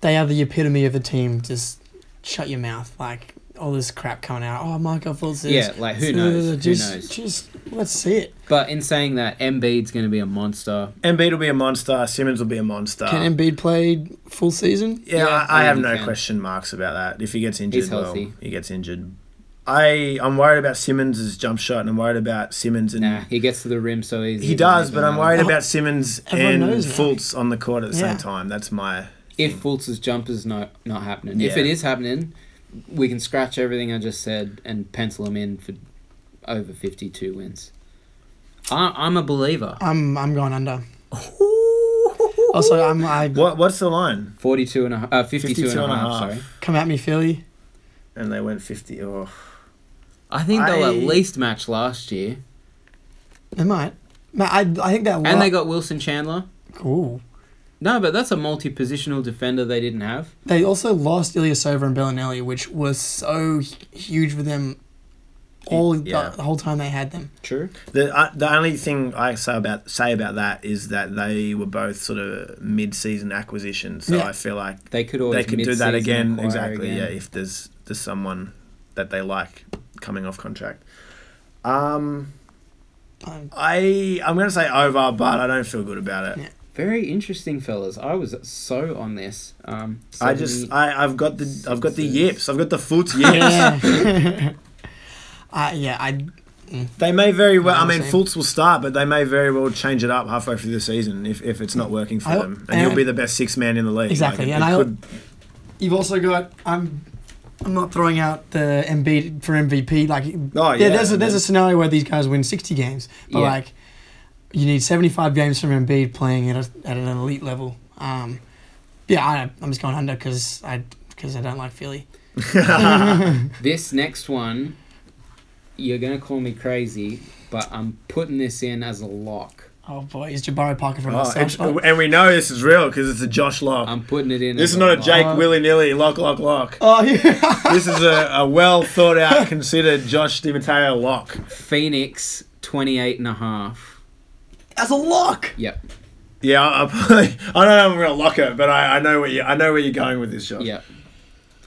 S2: They are the epitome of the team. Just shut your mouth. Like, all this crap coming out. Oh, Michael Fultz is.
S1: Yeah, like, who knows? Who
S2: Just,
S1: knows?
S2: Just, let's see it.
S1: But in saying that, Embiid's going to be a monster.
S5: Embiid will be a monster. Simmons will be a monster.
S2: Can
S1: Uh.
S2: Embiid play full season?
S5: yeah,
S1: Yeah,
S5: I, I
S1: I
S5: have
S1: think
S5: no
S1: he can.
S5: question marks about that. If he gets injured,
S1: He's
S5: well,
S1: healthy.
S5: he gets injured. I I'm worried about Simmons' jump shot, and I'm worried about Simmons and
S1: Nah, he gets to the rim so easy.
S5: he does, but I'm worried
S2: Oh,
S5: about Simmons
S2: everyone
S5: and
S2: knows that.
S5: Fultz on the court at the
S2: Yeah.
S5: same time. That's my
S1: if Fultz's jumper's not not happening. If
S5: Yeah.
S1: it is happening, we can scratch everything I just said and pencil him in for over 52 wins. I, I'm a believer.
S2: I'm, I'm going under. Also, I'm, I
S5: what what's the line?
S1: 42 and a, h- uh, 52,
S5: 52
S1: and, a
S5: and a
S1: half,
S5: half.
S1: Sorry.
S2: come at me, Philly.
S5: and they went oh. 50 or
S1: I think they'll
S5: I-
S1: at least match last year,
S2: They might. Ma- I, I think that.
S1: and
S2: lo-
S1: they got Wilson Chandler.
S2: cool.
S1: No, but that's a multi-positional defender they didn't have.
S2: They also lost Ilyasova and Bellinelli, which was so hu- huge for them all
S5: Yeah.
S2: the, the whole time they had them.
S1: True.
S5: the uh, the only thing I say about say about that is that they were both sort of mid-season acquisitions so
S2: Yeah.
S5: I feel like
S1: They could always
S5: they could do that
S1: mid-season
S5: again
S1: acquire
S5: exactly
S1: again.
S5: yeah if there's there's someone that they like coming off contract um
S2: Um,
S5: I I'm going to say over but I don't feel good about it
S2: Yeah.
S1: Very interesting, fellas. I was so on this. Um,
S5: I just I I've got the I've got the
S1: Sixes.
S5: yips I've got the foot yips
S2: Yeah. uh, yeah, I
S5: they may very well I
S2: Yeah,
S5: mean
S2: same.
S5: Fultz will start but they may very well change it up halfway through the season if, if it's not working for
S2: I-
S5: them and, he'll
S2: and-
S5: be the best six man in the league
S2: Exactly,
S5: Like,
S2: and
S5: it
S2: I-
S5: could
S2: You've also got I'm um, I'm not throwing out the MB for MVP. Like,
S6: Oh, yeah,
S2: there- there's a,
S6: and
S2: there's a
S6: then-
S2: scenario where these guys win 60 games, but
S1: Yeah.
S2: like, you need 75 games from Embiid playing at, a, at an elite level. Um, yeah, I, I'm just going under because I because I don't like Philly.
S1: This next one, you're gonna call me crazy, but I'm putting this in as a lock.
S2: Oh boy, is Jabari Parker from
S5: Oh,
S2: oh,
S5: it's,
S1: uh,
S5: and we know this is real because it's a Josh Lock.
S1: I'm putting it in. as
S5: this is not a
S1: lock.
S5: Jake willy nilly lock, lock, lock.
S2: Oh yeah.
S5: This is a, a well thought out, considered Josh DiMatteo lock.
S1: Phoenix 28 and a half.
S2: That's a lock.
S1: Yep.
S5: Yeah, I, I probably- I don't know if I'm gonna lock it, but I, I know where you I know where you're going with this, Josh.
S1: Yep.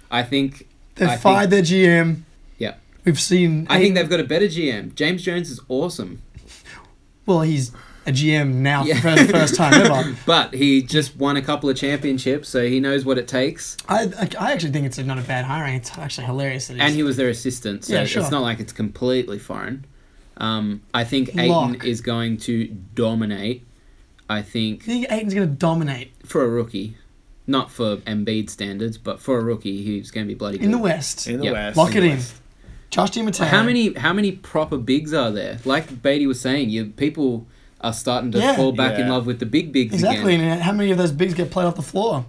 S1: I think.
S2: They
S1: I
S2: have fired their GM.
S1: Yeah.
S2: We've seen.
S1: I think they've got a better GM. James Jones is awesome,
S2: Well, he's a GM now
S1: Yeah.
S2: for the first time ever.
S1: but he just won a couple of championships, so he knows what it takes.
S2: I, I, I actually think it's not a bad hiring. It's actually hilarious. That it's,
S1: And he was their assistant, so
S2: Yeah, sure.
S1: it's not like it's completely foreign. Um, I think Aiton
S2: Lock.
S1: is going to dominate. I think
S2: I think Aiton's going to dominate
S1: for a rookie, not for Embiid standards, but for a rookie, he's going to be bloody good.
S2: in the West.
S5: In the
S1: Yeah.
S5: West.
S2: Lock it in.
S1: West.
S2: Josh DiMatteo.
S1: How many how many proper bigs are there? Like Beatty was saying, you people are starting to
S2: Yeah.
S1: fall back in
S5: Yeah.
S1: love with the big bigs
S2: Exactly.
S1: again.
S2: And how many of those bigs get played off the floor?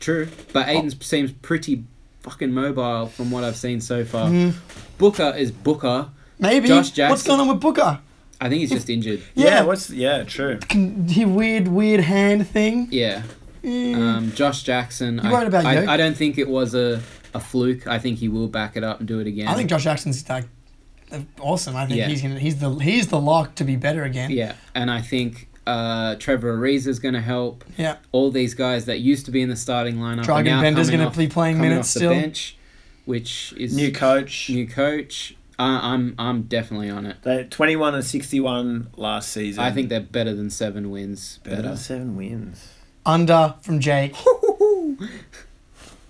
S1: True, but Aiton seems pretty fucking mobile from what I've seen so far.
S2: Mm-hmm.
S1: Booker is Booker.
S2: Maybe.
S1: Josh Jackson.
S2: What's going on with Booker?
S1: I think he's just injured.
S5: Yeah, what's yeah, true.
S2: Can- He weird, weird hand thing.
S1: Yeah.
S2: Eh,
S1: Um, Josh Jackson. I,
S2: right about
S1: I,
S2: Jokic.
S1: I don't think it was a, a fluke. I think he will back it up and do it again.
S2: Eh, I think Josh Jackson's like awesome. I think
S1: Yeah.
S2: he's gonna, he's the he's the lock to be better again.
S1: Yeah, and I think uh, Trevor Ariza is going to help.
S2: Yeah.
S1: All these guys that used to be in the starting lineup. are
S2: Dragan
S1: now
S2: Bender's
S1: coming
S2: gonna
S1: off-
S2: be playing
S1: coming
S2: minutes
S1: off the
S2: still.
S1: bench, which is
S5: New coach.
S1: New coach. I, I'm I'm definitely on it.
S5: They twenty one and sixty one last season.
S1: I think they're better than seven wins.
S5: better
S1: Better.
S5: seven wins.
S2: Under from Jake.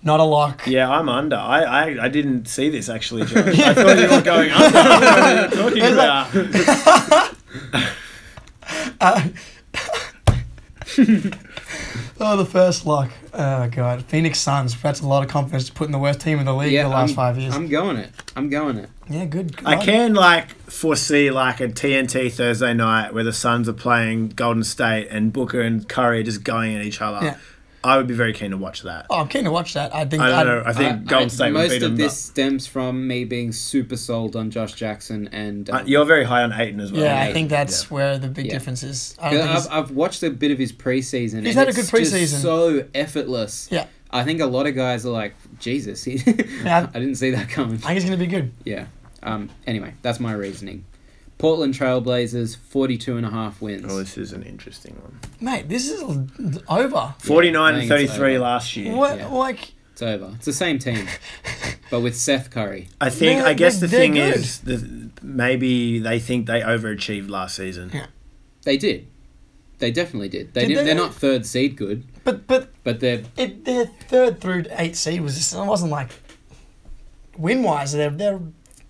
S2: Not a lock.
S5: Yeah, I'm under. I, I, I didn't see this actually, Josh. I thought you were going under. I don't know what you're talking about.
S2: Oh, the first lock. Oh god, Phoenix Suns. That's a lot of confidence to put in the worst team in the league
S1: Yeah,
S2: the last
S1: I'm,
S2: five years.
S1: I'm going it. I'm going it.
S2: yeah, good. good
S5: I
S2: luck.
S5: can like foresee like a TNT Thursday night where the Suns are playing Golden State and Booker and Curry are just going at each other.
S2: Yeah.
S5: I would be very keen to watch that.
S2: Oh, I'm keen to watch that. I think.
S5: I
S2: I'd-
S5: don't know. I think
S1: I- I-
S5: Golden State would
S1: Most
S5: beat
S1: of
S5: them.
S1: this stems from me being super sold on Josh Jackson and.
S5: but, uh,
S1: um,
S5: you're very high on Aiton as well.
S2: Yeah, I
S1: Yeah.
S2: think that's where the big
S1: Yeah.
S2: difference is. I don't
S1: Yeah,
S2: think
S1: I've,
S2: it's-
S1: I've watched a bit of his preseason.
S2: He's
S1: and
S2: had a
S1: it's
S2: good
S1: just
S2: preseason.
S1: So effortless.
S2: Yeah.
S1: I think a lot of guys are like, Jesus, he,
S2: Yeah.
S1: I didn't see that coming.
S2: I think it's going to be good.
S1: yeah. Um. Anyway, that's my reasoning. Portland Trailblazers, 42 and a half wins.
S5: Oh, this is an interesting one.
S2: Mate, this is l- over.
S5: Forty nine
S1: I
S5: and
S1: think
S5: thirty
S1: it's
S5: three
S1: over.
S5: last year.
S2: What,
S1: yeah.
S2: like,
S1: It's over. It's the same team, but with Seth Curry.
S5: I think.
S2: They're-
S5: I guess the
S2: they're
S5: thing
S2: good.
S5: is, the, maybe they think they overachieved last season.
S2: Yeah.
S1: They did. They definitely did. They
S2: Did
S1: did not
S2: they?
S1: They're not third seed good,
S2: but but
S1: but they're
S2: it, their third through eight seed was just, it wasn't like win wise. They're they're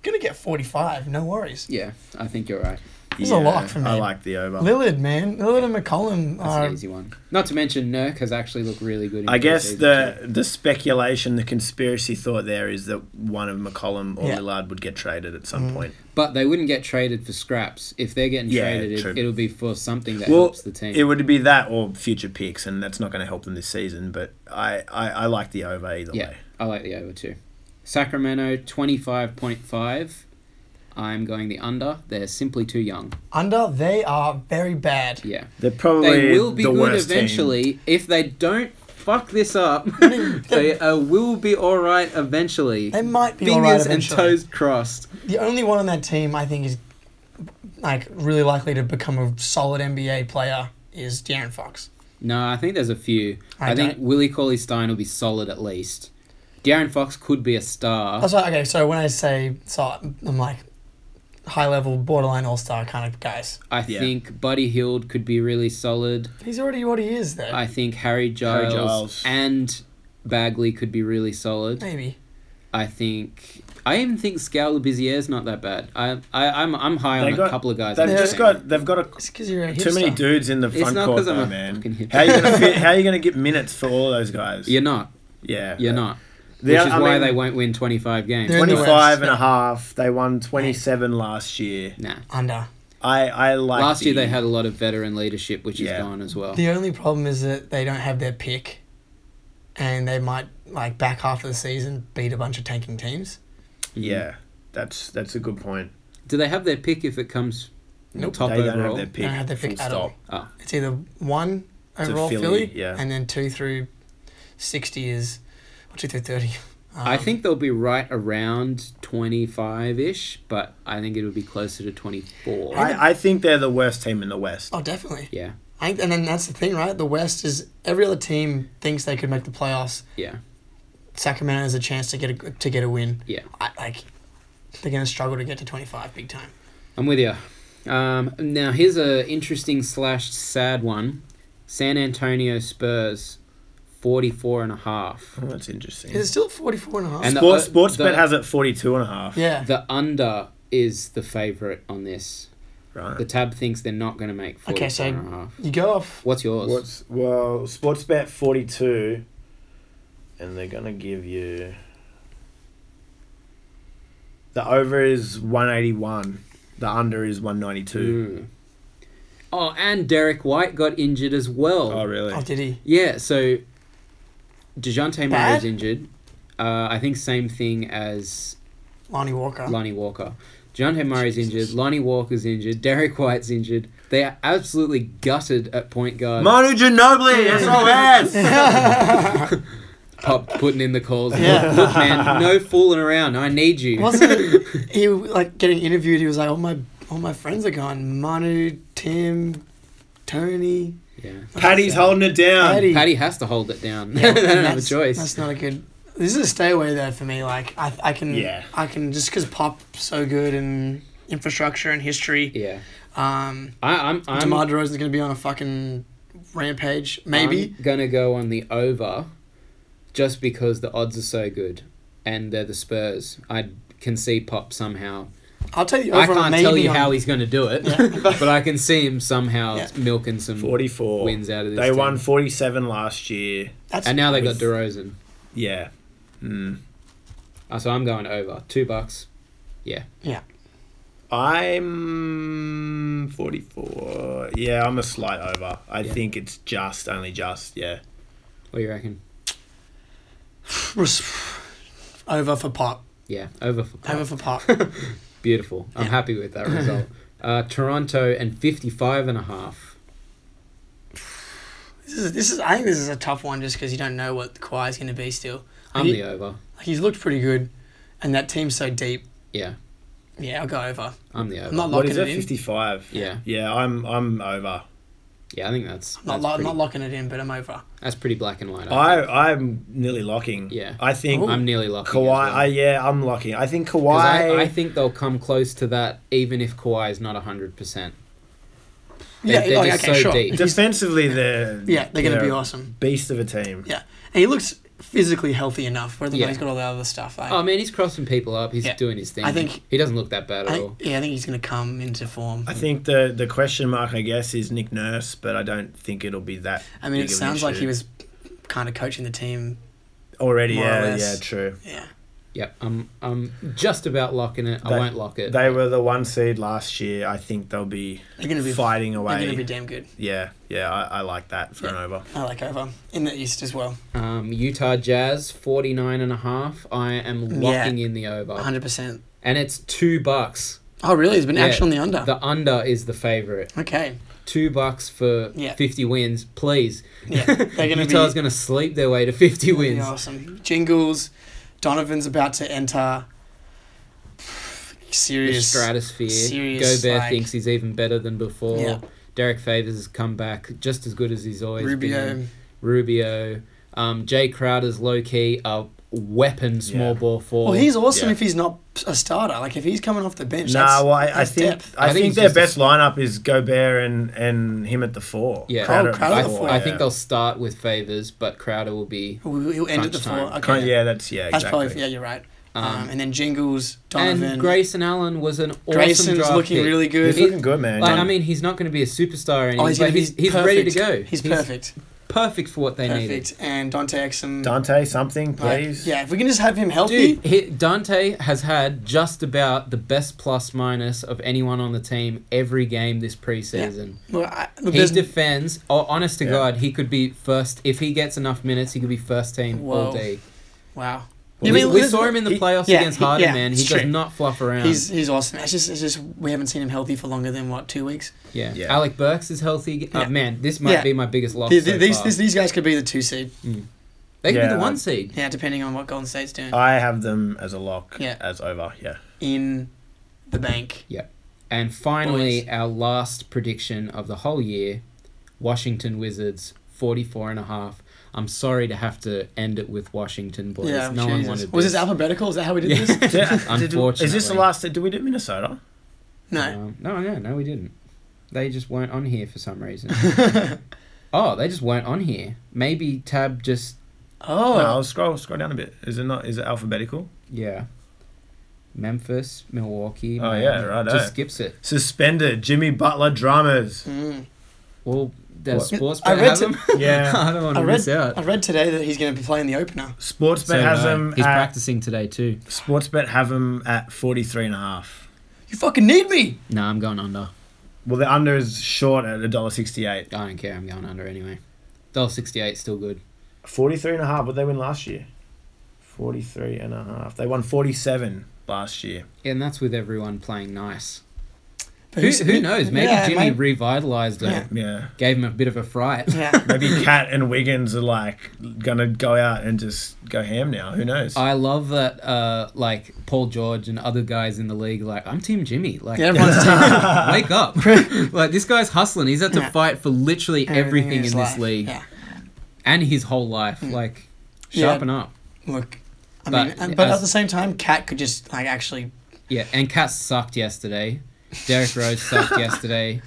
S2: gonna get 45. No worries.
S1: yeah. I think you're right.
S2: It's a lock for
S5: I
S2: me.
S5: like the over.
S2: Lillard, man, Lillard and McCollum
S1: That's
S2: are
S1: an easy one. Not to mention Nurk has actually looked really good. In
S5: I guess
S1: preseason,
S5: the
S1: too.
S5: the speculation, the conspiracy thought there is that one of McCollum or
S2: Yeah. Mm.
S5: Lillard would get traded at some point.
S1: But they wouldn't get traded for scraps. If they're getting
S5: Yeah,
S1: traded,
S5: true.
S1: it, it'll be for something that
S5: Well,
S1: helps the team.
S5: it would be that or future picks, and that's not going to help them this season. But I, I, I like the over either
S1: yeah,
S5: way.
S1: I like the over too. Sacramento twenty five point five. I'm going the under. They're simply too young.
S2: under. They are very bad.
S1: Yeah,
S5: They're probably
S1: they will be
S5: the
S1: good
S5: worst Team.
S1: eventually if they don't fuck this up. they uh, will be all right eventually.
S2: They might be all
S1: Fingers
S2: right
S1: and
S2: eventually.
S1: toes crossed.
S2: The only one on that team I think is like really likely to become a solid NBA player is De'Aaron Fox.
S1: No, I think there's a few.
S2: I
S1: I, think
S2: don't-
S1: Willie Cauley Stein will be solid at least. Darren Fox could be a star.
S2: That's why okay. Oh, So when I say so, I'm like high level, borderline all star kind of guys.
S1: I
S5: Yeah.
S1: think Buddy Hield could be really solid.
S2: He's already what he is though.
S1: I think Harry Giles,
S5: Giles.
S1: and Bagley could be really solid.
S2: Maybe.
S1: I think. I even think Scalabizzier's not that bad. I, I I'm I'm high
S5: They
S1: on a
S5: got,
S1: couple of guys.
S5: They've
S1: on the
S5: just
S1: team.
S5: got. They've got a,
S2: It's because you're a hipster.
S5: too many dudes in the front
S1: not
S5: court,
S1: 'cause I'm
S5: though,
S1: a
S5: man.
S1: fucking hipster.
S5: How are you going to fit? How are you going to get minutes for all those guys?
S1: You're not.
S5: yeah.
S1: You're not.
S5: The
S1: which
S5: oth-
S1: is
S5: I
S1: why
S5: mean,
S1: they won't win 25 games.
S2: They're in the
S5: 25
S2: West.
S5: and a half. They won 27 last year.
S1: Nah.
S2: Under.
S5: I, I like
S1: Last year
S5: the-
S1: they had a lot of veteran leadership, which
S5: Yeah.
S1: is gone as well.
S2: The only problem is that they don't have their pick, and they might like back half of the season beat a bunch of tanking teams.
S5: Yeah, that's that's a good point.
S1: Do they have their pick if it comes
S2: Nope.
S1: top
S5: they
S1: overall?
S5: don't have their pick.
S2: Don't have their
S5: full
S2: pick at
S5: stop.
S2: all.
S1: Oh.
S2: It's either one overall
S5: Philly,
S2: Philly,
S5: yeah.
S2: and then two through sixty is or two through thirty. Um,
S1: I think they'll be right around 25 ish, but I think it'll be closer to 24.
S5: I, I think they're the worst team in the West.
S2: Oh, definitely.
S1: yeah,
S2: I think, and then that's the thing, right? The West is every other team thinks they could make the playoffs.
S1: yeah,
S2: Sacramento has a chance to get a to get a win.
S1: yeah.
S2: I, like they're going to struggle to get to twenty five big time.
S1: I'm with you. Um, now, here's a interesting slash sad one San Antonio Spurs, 44 and a half.
S5: Oh, that's interesting.
S2: Is it still forty four and a half?
S1: And the-
S5: Sports,
S1: uh,
S5: sports bet
S1: the-
S5: has it 42 and a half.
S2: yeah.
S1: The under is the favourite on this. The
S5: Right.
S1: tab thinks they're not going to make 44
S2: Okay, so-
S1: and a half.
S2: you go off
S1: What's yours?
S5: What's well, sports bet 42 and they're going to give you the over is 181. The under is 192.
S1: Mm. Oh, and Derek White got injured as well.
S5: Oh, really?
S2: Oh, did he?
S1: Yeah, so DeJounte Murray's
S2: Bad?
S1: injured. Uh, I think same thing as
S2: Lonnie Walker.
S1: Lonnie Walker. DeJounte Murray's injured. Lonnie Walker's injured. Derek White's injured. They are absolutely gutted at point guard.
S5: Manu Ginobili, that's all that.
S1: Pop putting in the calls. Look, look, man, no fooling around. I need you.
S2: Wasn't it? He like getting interviewed. He was like, "All my all my friends are gone. Manu, Tim, Tony,
S1: yeah.
S5: Patty's holding it down.
S2: Patty."
S1: Patty has to hold it down.
S2: Yeah,
S1: they Um, don't have a
S2: that's-
S1: choice.
S2: That's not a good. This is a stay away though for me. Like I, I can,
S5: Yeah.
S2: I can just because pop so good and infrastructure and history.
S1: Yeah.
S2: Um,
S1: I, I'm, I'm,
S2: Demar Derozan's gonna be on a fucking rampage. Maybe
S1: I'm gonna go on the over, just because the odds are so good, and they're the Spurs. I can see Pop somehow.
S2: I'll tell you.
S1: I
S2: over
S1: can't
S2: maybe
S1: tell you
S2: on-
S1: how he's gonna do it, but I can see him somehow
S2: Yeah.
S1: milking some
S5: 44
S1: wins out of this.
S5: They
S1: team.
S5: won 47 last year.
S2: That's,
S1: and now they got
S5: with-
S1: DeRozan.
S5: Yeah. Hmm.
S1: Uh, so I'm going over two bucks. Yeah,
S2: yeah.
S5: I'm 44. Yeah, I'm a slight over. I
S1: Yeah.
S5: think it's just, only just, yeah.
S1: what do you reckon?
S2: Res- Over for pop.
S1: Yeah, over for Pop.
S2: Over for pop.
S1: Beautiful. I'm happy with that result. Uh, Toronto and 55 and a half.
S2: This is, this is I think this is a tough one just because you don't know what Kawhi's going to be still.
S1: I'm
S2: He-
S1: the over.
S2: Like, he's looked pretty good, and that team's so deep.
S1: Yeah,
S2: Yeah, I'll go over.
S1: I'm the over.
S2: I'm not
S5: what
S2: locking
S5: is
S2: it
S5: it?
S2: in.
S5: 55.
S1: Yeah.
S5: Yeah, I'm I'm over.
S1: yeah, I think that's
S2: I'm not,
S1: that's
S2: lo-
S1: pretty-
S2: not locking it in, but I'm over.
S1: That's pretty black and white. I,
S5: I
S1: think.
S5: I'm nearly locking.
S1: Yeah.
S5: I think
S1: I'm nearly lucky.
S5: Kawhi. I, yeah, I'm locking. I think Kawhi.
S1: I, I think they'll come close to that, even if Kawhi is not hundred percent. They-
S2: yeah,
S1: they're
S2: oh,
S1: just
S2: okay,
S1: so
S2: sure.
S1: deep.
S5: defensively, they're
S2: Yeah, they're gonna be awesome.
S5: Beast of a team.
S2: Yeah, and he looks physically healthy enough. Whether or
S1: Yeah.
S2: not he's got all the other stuff, like,
S1: Oh man, he's crossing people up. He's
S2: Yeah.
S1: doing his thing.
S2: I think-
S1: he doesn't look that bad
S2: I
S1: at
S2: think,
S1: all.
S2: yeah, I think he's gonna come into form.
S5: I think the the question mark, I guess, is Nick Nurse, but I don't think it'll be that.
S2: I mean,
S5: big
S2: it
S5: of an
S2: sounds like
S5: issue.
S2: he was kind of coaching the team.
S5: already.
S2: more or
S5: Yeah, yeah,
S2: less.
S5: true.
S2: Yeah,
S1: Yep, I'm I'm just about locking it. I
S5: They-
S1: won't lock it.
S5: They were the one seed last year. I think they'll be
S2: they're gonna be
S5: fighting
S2: They're
S5: away.
S2: gonna be damn good.
S5: yeah, yeah, I, I like that for an over.
S2: I like over in the East as well.
S1: um, Utah Jazz forty nine and a half. I am
S2: Yeah.
S1: locking in the over,
S2: 100. percent
S1: and it's two bucks.
S2: Oh, really? There's been
S1: Yeah,
S2: action on the under.
S1: The under is the favorite.
S2: okay.
S1: Two bucks for
S2: Yeah.
S1: fifty wins, please.
S2: Yeah, they're gonna
S1: Utah's
S2: be-
S1: going to sleep their way to fifty
S2: That'd be
S1: wins.
S2: awesome. Jingles. Donovan's about to enter.
S1: the
S2: Serious.
S1: stratosphere.
S2: serious,
S1: Gobert
S2: like-
S1: thinks he's even better than before.
S2: Yeah.
S1: Derek Favors has come back just as good as he's always
S2: Rubio.
S1: been. Rubio. Um, Jay Crowder's low key a weapon small
S5: Yeah.
S1: ball forward.
S2: Well, he's awesome
S5: Yeah.
S2: if he's not a starter. Like if he's coming off the bench.
S5: Nah,
S2: that's-
S5: well, I, I
S2: that's
S5: think
S2: depth.
S5: I,
S1: I think
S5: think,
S1: it's
S5: their
S1: just a-
S5: best lineup is Gobert and and him at the four.
S1: Yeah.
S5: Crowder, at
S2: Crowder
S1: I,
S2: at the
S5: four,
S2: four,
S1: I
S5: yeah.
S1: think they'll start with Favors, but Crowder will be.
S2: He'll he'll end at the
S1: Crunch
S2: four.
S1: time.
S2: Okay.
S5: Kind- yeah, that's yeah.
S2: That's
S5: exactly.
S2: probably yeah. You're right. Um,
S1: Um,
S2: and then Jingles, Donovan.
S1: And Grayson Allen was an awesome
S2: Grayson's
S1: draft
S2: looking
S1: pick.
S2: really good.
S5: He's looking good, man.
S1: Like, I mean, he's not going to be a superstar,
S2: Oh,
S1: anymore,
S2: he's
S1: but
S2: gonna be
S1: he's, he's
S2: perfect.
S1: ready to go.
S2: He's, perfect.
S1: perfect for what they needed.
S2: Perfect. And Dante Exum.
S5: Dante, something,
S2: like,
S5: please.
S2: yeah, if we can just have him healthy.
S1: Dude, he, Dante has had just about the best plus minus of anyone on the team every game this preseason.
S2: Look, I, look,
S1: He
S2: there's-
S1: defends. Oh, honest to
S5: Yeah.
S1: God, he could be first if he gets enough minutes. He could be first team all
S2: Whoa.
S1: day.
S2: wow.
S1: We,
S2: You mean,
S1: we
S2: there's-
S1: saw him in the
S5: he-
S1: playoffs
S2: yeah,
S1: against
S2: he-
S1: Harden,
S2: yeah,
S1: man. He
S2: it's
S1: does
S2: true.
S1: not fluff around.
S2: He's he's awesome. It's just it's just we haven't seen him healthy for longer than what two weeks.
S1: yeah.
S5: Yeah.
S1: Alec Burks is healthy. Uh,
S2: Yeah.
S1: Man, this might
S2: Yeah.
S1: be my biggest loss. Oh,
S2: The-
S1: so
S2: the- these,
S1: far.
S2: these these guys could be the two seed.
S1: they could be
S5: Yeah.
S1: the one seed.
S2: Yeah, depending on what Golden State's doing
S5: I have them as a lock.
S2: Yeah.
S5: As over. Yeah.
S2: in the bank.
S1: And finally,
S2: Boys.
S1: our last prediction of the whole year Washington Wizards, 44 and a half. I'm sorry to have to end it with Washington, boys.
S2: yeah,
S1: no one
S2: Jesus.
S1: wanted
S2: was
S1: this.
S2: this alphabetical? Is that how we did
S1: Yeah.
S2: this?
S5: Did- did-
S1: Unfortunately.
S5: is this the last? Did we do Minnesota?
S2: No.
S1: Um, no, no, no, we didn't. They just weren't on here for some reason. oh, they just weren't on here. Maybe Tab just.
S2: Oh,
S5: No, I'll scroll scroll down a bit. Is it not? Is it alphabetical?
S1: Yeah. Memphis, Milwaukee.
S5: Oh,
S1: Miami.
S5: yeah, righto.
S1: Just skips it.
S5: Suspended Jimmy Butler dramas.
S2: Mm.
S1: Well, the
S5: What?
S1: sports
S2: I
S1: bet
S2: read
S1: has
S2: to-
S1: them.
S5: Yeah.
S1: I don't want
S2: I
S1: to
S2: read
S1: miss out.
S2: I read today that he's going to be playing the opener.
S5: Sportsbet
S1: So,
S5: has
S1: no,
S2: um,
S5: them.
S1: he's
S5: um, At,
S1: practicing today too.
S5: Sportsbet have them at 43 and a half.
S2: You fucking need me.
S1: No, I'm going under.
S5: Well, the under is short at $1.68.
S1: I don't care. I'm going under anyway. Dollar sixty eight still good.
S5: 43 and a half. What they win last year? 43 and a half. They won 47 last year.
S1: And that's with everyone playing nice. Who,
S2: But who's-
S1: who knows? Maybe
S2: yeah,
S1: Jimmy
S2: mate.
S1: revitalized him,
S2: Yeah.
S5: Yeah.
S1: gave him a bit of a fright.
S2: yeah.
S5: Maybe Cat and Wiggins are like gonna go out and just go ham now. Who knows?
S1: I love that, uh, like Paul George and other guys in the league. Like, I'm Team Jimmy. Like,
S2: Yeah, everyone's taking
S1: wake up! like, this guy's hustling. He's had to
S2: Yeah.
S1: fight for literally everything in
S2: his
S1: this
S2: life.
S1: league
S2: Yeah. Mm.
S1: and his whole life. Like, sharpen up.
S2: Look, I
S1: But-
S2: mean, and- but
S1: as-
S2: at the same time, Cat could just like actually.
S1: Yeah, and Cat sucked yesterday. Derek Rose sucked yesterday.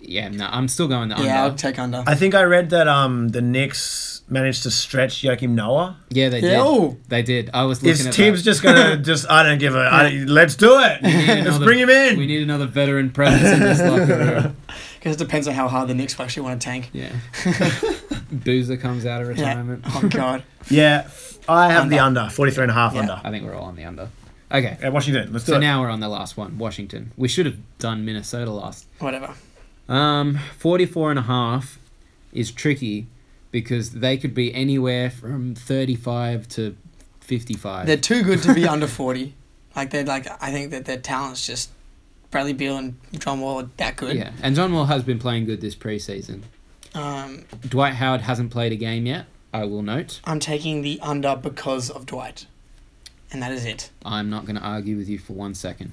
S1: Yeah, no, I'm still going the
S2: Yeah, I'll
S1: under.
S2: take under.
S5: I think I read that um the Knicks managed to stretch Joachim Noah.
S1: Yeah, they
S2: Yeah,
S1: did.
S2: oh.
S1: They did. I was looking
S5: His
S1: at
S5: team's
S1: that.
S5: just gonna just I don't give a I, let's do it.
S1: We need
S5: Let's
S1: another-
S5: bring him
S1: We
S5: in.
S1: need another veteran presence in this locker room.
S2: Because it depends on how hard the Knicks actually want to tank.
S1: Yeah. Boozer comes out of retirement.
S2: Yeah. Oh God.
S5: Yeah, I have the under 43 and a half
S2: Yeah.
S5: under.
S1: I think we're all on the under. Okay.
S5: At Washington, let's do
S1: So
S5: it.
S1: now we're on the last one, Washington. We should have done Minnesota last.
S2: Whatever.
S1: Um, 44 and a half is tricky because they could be anywhere from 35 to 55.
S2: They're too good to be under forty. Like they're like I think that their talents just Bradley Beal and John Wall are that good.
S1: yeah. And John Wall has been playing good this preseason.
S2: Um,
S1: Dwight Howard hasn't played a game yet, I will note.
S2: I'm taking the under because of Dwight, and that is it.
S1: I'm not going to argue with you for one second.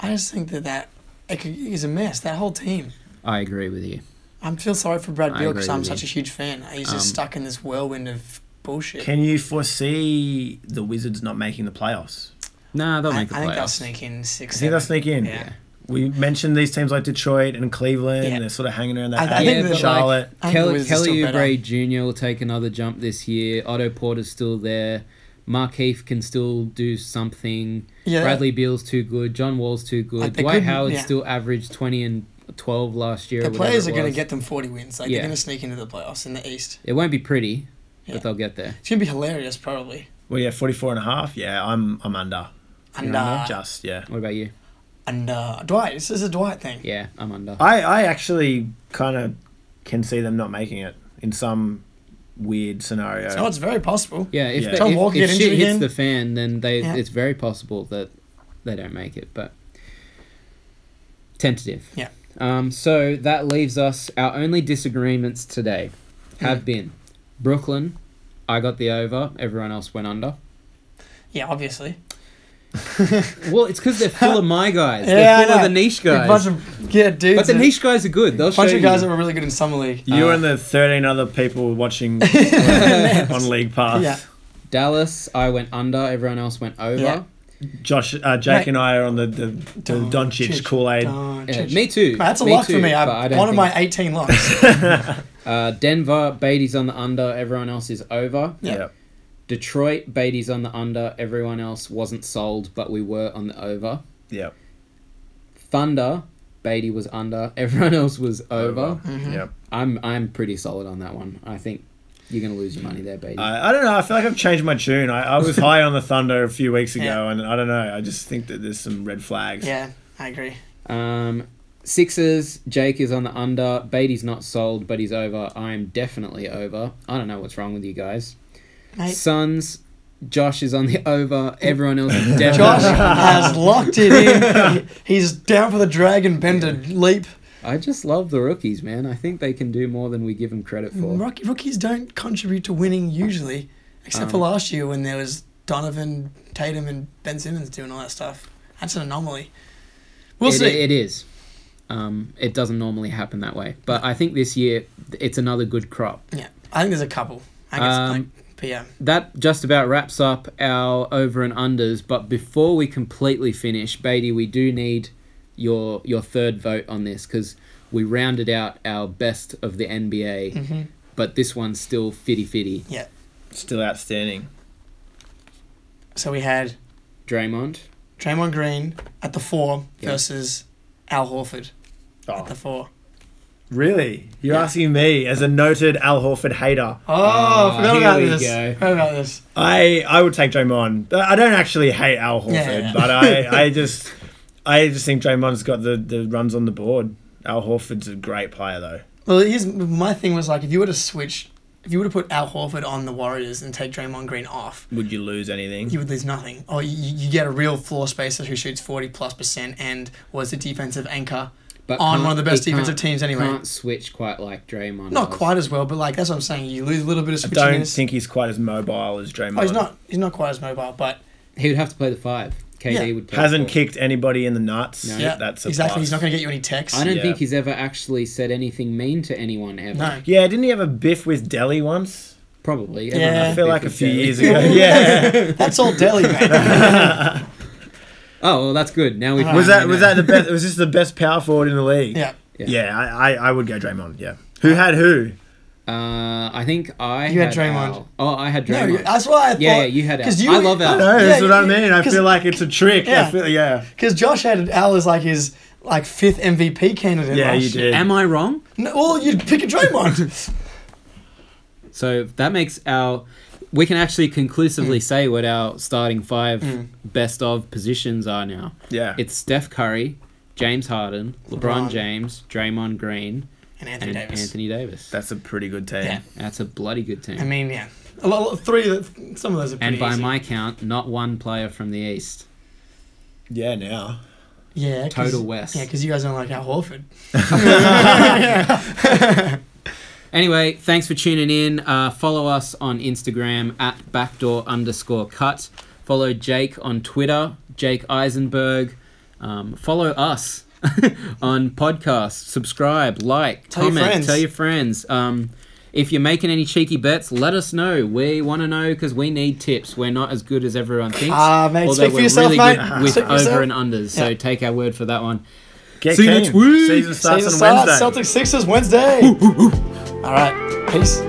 S2: I just think that that it could- is a mess. That whole team.
S1: I agree with you.
S2: I feel sorry for Brad
S1: I
S2: Beal
S1: agree
S2: because I'm
S1: with you.
S2: such a huge fan. He's just
S1: Um,
S2: stuck in this whirlwind of bullshit.
S5: Can you foresee the Wizards not making the playoffs?
S1: Nah, they'll
S2: I, I
S1: make the
S2: think they'll
S1: playoffs.
S2: sneak in
S5: I
S2: six.
S5: think they'll
S2: seven.
S5: sneak in.
S2: Yeah.
S5: We mentioned these teams like Detroit and Cleveland.
S2: Yeah.
S5: They're sort of hanging around
S2: I- I
S5: that. pack.
S2: think that,
S5: Charlotte.
S2: I think the
S1: Kelly,
S2: Wizards are
S1: Kelly
S2: still better.
S1: Oubre Jr. will take another jump this year. Otto Porter's still there. Markeith can still do something.
S2: Yeah.
S1: Bradley Beal's too good. John Wall's too good.
S2: Like, they
S1: Dwight
S2: could-
S1: Howard
S2: yeah.
S1: still averaged 20 and 12 last year.
S2: The
S1: or whatever
S2: players
S1: it
S2: are going to
S1: was.
S2: get them 40 wins. Like
S1: Yeah.
S2: they're going to sneak into the playoffs in the East.
S1: It won't be pretty,
S2: Yeah.
S1: but they'll get there.
S2: It's going to be hilarious, probably.
S5: Well, yeah, 44 and a half. Yeah, I'm I'm under.
S2: Under,
S5: Just, yeah.
S1: What about you?
S2: under uh, Dwight. This is a Dwight thing.
S1: Yeah, I'm under.
S5: I, I actually kind of can see them not making it in some weird scenario.
S2: So it's very possible.
S1: yeah, if,
S5: Yeah.
S1: they-
S5: John
S1: if,
S2: Wall can
S1: if
S2: get
S1: shit
S2: injured
S1: hits
S2: again.
S1: the fan, then they
S2: Yeah.
S1: it's very possible that they don't make it, but tentative.
S2: Yeah.
S1: Um, so that leaves us our only disagreements today have
S2: Hmm.
S1: been Brooklyn. I got the over. Everyone else went under.
S2: Yeah, obviously.
S1: Well, it's because they're full of my guys.
S2: Yeah, I
S1: they're full of
S2: know.
S1: the niche
S2: A bunch
S1: guys.
S2: of yeah, dudes.
S1: But the
S2: and-
S1: niche guys are good. They'll show
S2: bunch of guys that
S1: you.
S2: were really good in summer league.
S5: you
S1: Uh,
S5: and the 13 other people watching on League Pass.
S2: Yeah.
S1: Dallas. I went under. Everyone else went over.
S2: Yeah.
S5: Josh, uh, Jake
S2: Mate.
S5: and I are on the, the,
S2: Uh,
S5: the Doncic Kool Aid.
S1: Yeah,
S2: Doncic.
S1: me too.
S2: That's a
S1: me
S2: lock
S1: too,
S2: for me.
S1: but
S2: I,
S1: don't
S2: one of
S1: think-
S2: my 18 locks.
S1: Uh, Denver, Beatty's on the under, everyone else is over.
S2: Yeah.
S1: Detroit, Beatty's on the under, everyone else wasn't sold, but we were on the over.
S5: Yeah.
S1: Thunder, Beatty was under. Everyone else was over.
S2: Mm-hmm.
S5: Yep.
S1: I'm I'm pretty solid on that one. I think you're gonna lose your money there, Beatty.
S5: I, I don't know. I feel like I've changed my tune. I, I was high on the Thunder a few weeks ago,
S2: Yeah.
S5: and I don't know. I just think that there's some red flags.
S2: Yeah, I agree.
S1: Um, sixes. Jake is on the under. Beatty's not sold, but he's over. I am definitely over. I don't know what's wrong with you guys.
S2: Mate.
S1: Suns. Josh is on the over. Everyone else is definitely.
S2: Josh has locked it in. He- He's down for the dragon bender leap.
S1: I just love the rookies, man. I think they can do more than we give them credit for.
S2: Rook- rookies don't contribute to winning usually, except
S1: Um.
S2: for last year when there was Donovan, Tatum, and Ben Simmons doing all that stuff. That's an anomaly. We'll
S1: It-
S2: see.
S1: it is. Um, it doesn't normally happen that way, but I think this year it's another good crop.
S2: yeah, I think there's a couple. I guess,
S1: Um,
S2: like, but yeah,
S1: that just about wraps up our over and unders. But before we completely finish, Beatty, we do need your your third vote on this because we rounded out our best of the NBA,
S2: Mm-hmm.
S1: but this one's still fitty fitty.
S2: yeah.
S5: Still outstanding.
S2: So we had
S1: Draymond,
S2: Draymond Green at the four
S1: Yeah.
S2: versus Al Horford at the four.
S5: Oh. Really? You're asking me as a noted Al Horford hater.
S2: Oh, I forgot
S1: Ah, here
S2: about
S1: we
S2: this.
S1: go.
S2: Forgot about this.
S5: I I would take Draymond. But I don't actually hate Al Horford,
S2: Yeah, yeah.
S5: but I, I just I just think Draymond's got the, the runs on the board. Al Horford's a great player though.
S2: Well, here's my thing was like if you were to switch, if you were to put Al Horford on the Warriors and take Draymond Green off,
S5: Would you lose anything?
S2: you would lose nothing. Or you, you get a real floor spacer who shoots forty plus percent and was a defensive anchor
S1: but
S2: on
S1: can't-
S2: one of the best
S1: he can't-
S2: defensive teams anyway.
S1: Can't switch quite like Draymond.
S2: Not
S1: does.
S2: quite as well, but like that's what I'm saying. You lose a little bit of
S5: I
S2: switchiness.
S5: don't think he's quite as mobile as Draymond.
S2: Oh, he's not. He's not quite as mobile, but
S1: He would have to play the five. KD
S2: Yeah.
S1: would play the
S5: Hasn't
S1: four.
S5: kicked anybody in the nuts.
S1: No.
S2: yeah,
S5: That's a
S2: exactly. He's
S5: plus.
S2: not going to get you any texts.
S1: I don't
S5: Yeah.
S1: think he's ever actually said anything mean to anyone ever.
S2: No.
S5: Yeah, didn't he have a biff with Delhi once?
S1: Probably.
S2: Yeah.
S1: Everyone
S5: I
S1: has
S5: feel
S1: beef
S5: like a
S1: with
S5: few
S1: Delhi.
S5: years ago. yeah.
S2: That's all Delhi, mate.
S1: Oh, well, that's good. Now
S2: Uh-huh.
S1: we
S5: Was that was that the best was this the best power forward in the league?
S2: yeah.
S1: Yeah.
S5: Yeah, I, I, I would go Draymond, yeah. Who had who?
S1: Uh, I think I
S2: You had Draymond.
S1: Al. Oh, I had
S2: No,
S1: Draymond.
S2: that's why I thought.
S1: Yeah, yeah, you had Al.
S2: because
S1: I love Al.
S5: No, that's
S2: Yeah,
S5: what I
S2: yeah,
S5: mean. I
S2: 'cause-
S5: feel like it's a trick.
S2: Yeah.
S5: I feel, yeah.
S2: Because Josh had Al as like his like fifth MVP candidate.
S5: Yeah,
S2: last
S5: you
S2: year.
S5: did.
S1: Am I wrong?
S2: No, well, you'd pick a Draymond.
S1: So that makes our. We can actually
S2: Hmm.
S1: conclusively say what our starting five best of positions are now.
S5: yeah.
S1: It's Steph Curry, James Harden, LeBron,
S2: LeBron.
S1: James, Draymond Green,
S2: and Anthony
S1: and
S2: Davis.
S1: Anthony Davis.
S5: That's a pretty good team.
S2: Yeah.
S1: That's a bloody good team.
S2: I mean, yeah. A lot, a lot- three of the, some of those are pretty
S1: and by
S2: easy.
S1: my count, not one player from the East.
S5: Yeah, now.
S2: yeah, 'cause-
S1: Total West.
S2: Yeah, because you guys don't like Al Horford.
S1: Anyway, thanks for tuning in. Uh, follow us on Instagram at backdoor underscore cut. Follow Jake on Twitter, Jake Eisenberg. Um, follow us on podcasts. Subscribe, like,
S2: Tell your
S1: comment,
S2: friends.
S1: tell your friends. Um, if you're making any cheeky bets, let us know. We want to know because we need tips. We're not as good as everyone thinks.
S2: Ah, mate,
S1: although
S2: speak for
S1: we're
S2: yourself,
S1: really
S2: mate.
S1: good with
S2: Speak for
S1: over
S2: yourself.
S1: and unders. So
S2: Yeah.
S1: take our word for that one.
S5: Get
S1: See you next
S5: keen.
S1: week.
S5: Season starts
S2: Season
S5: on
S2: starts,
S5: Wednesday.
S2: Celtics Sixers Wednesday. All right. Peace.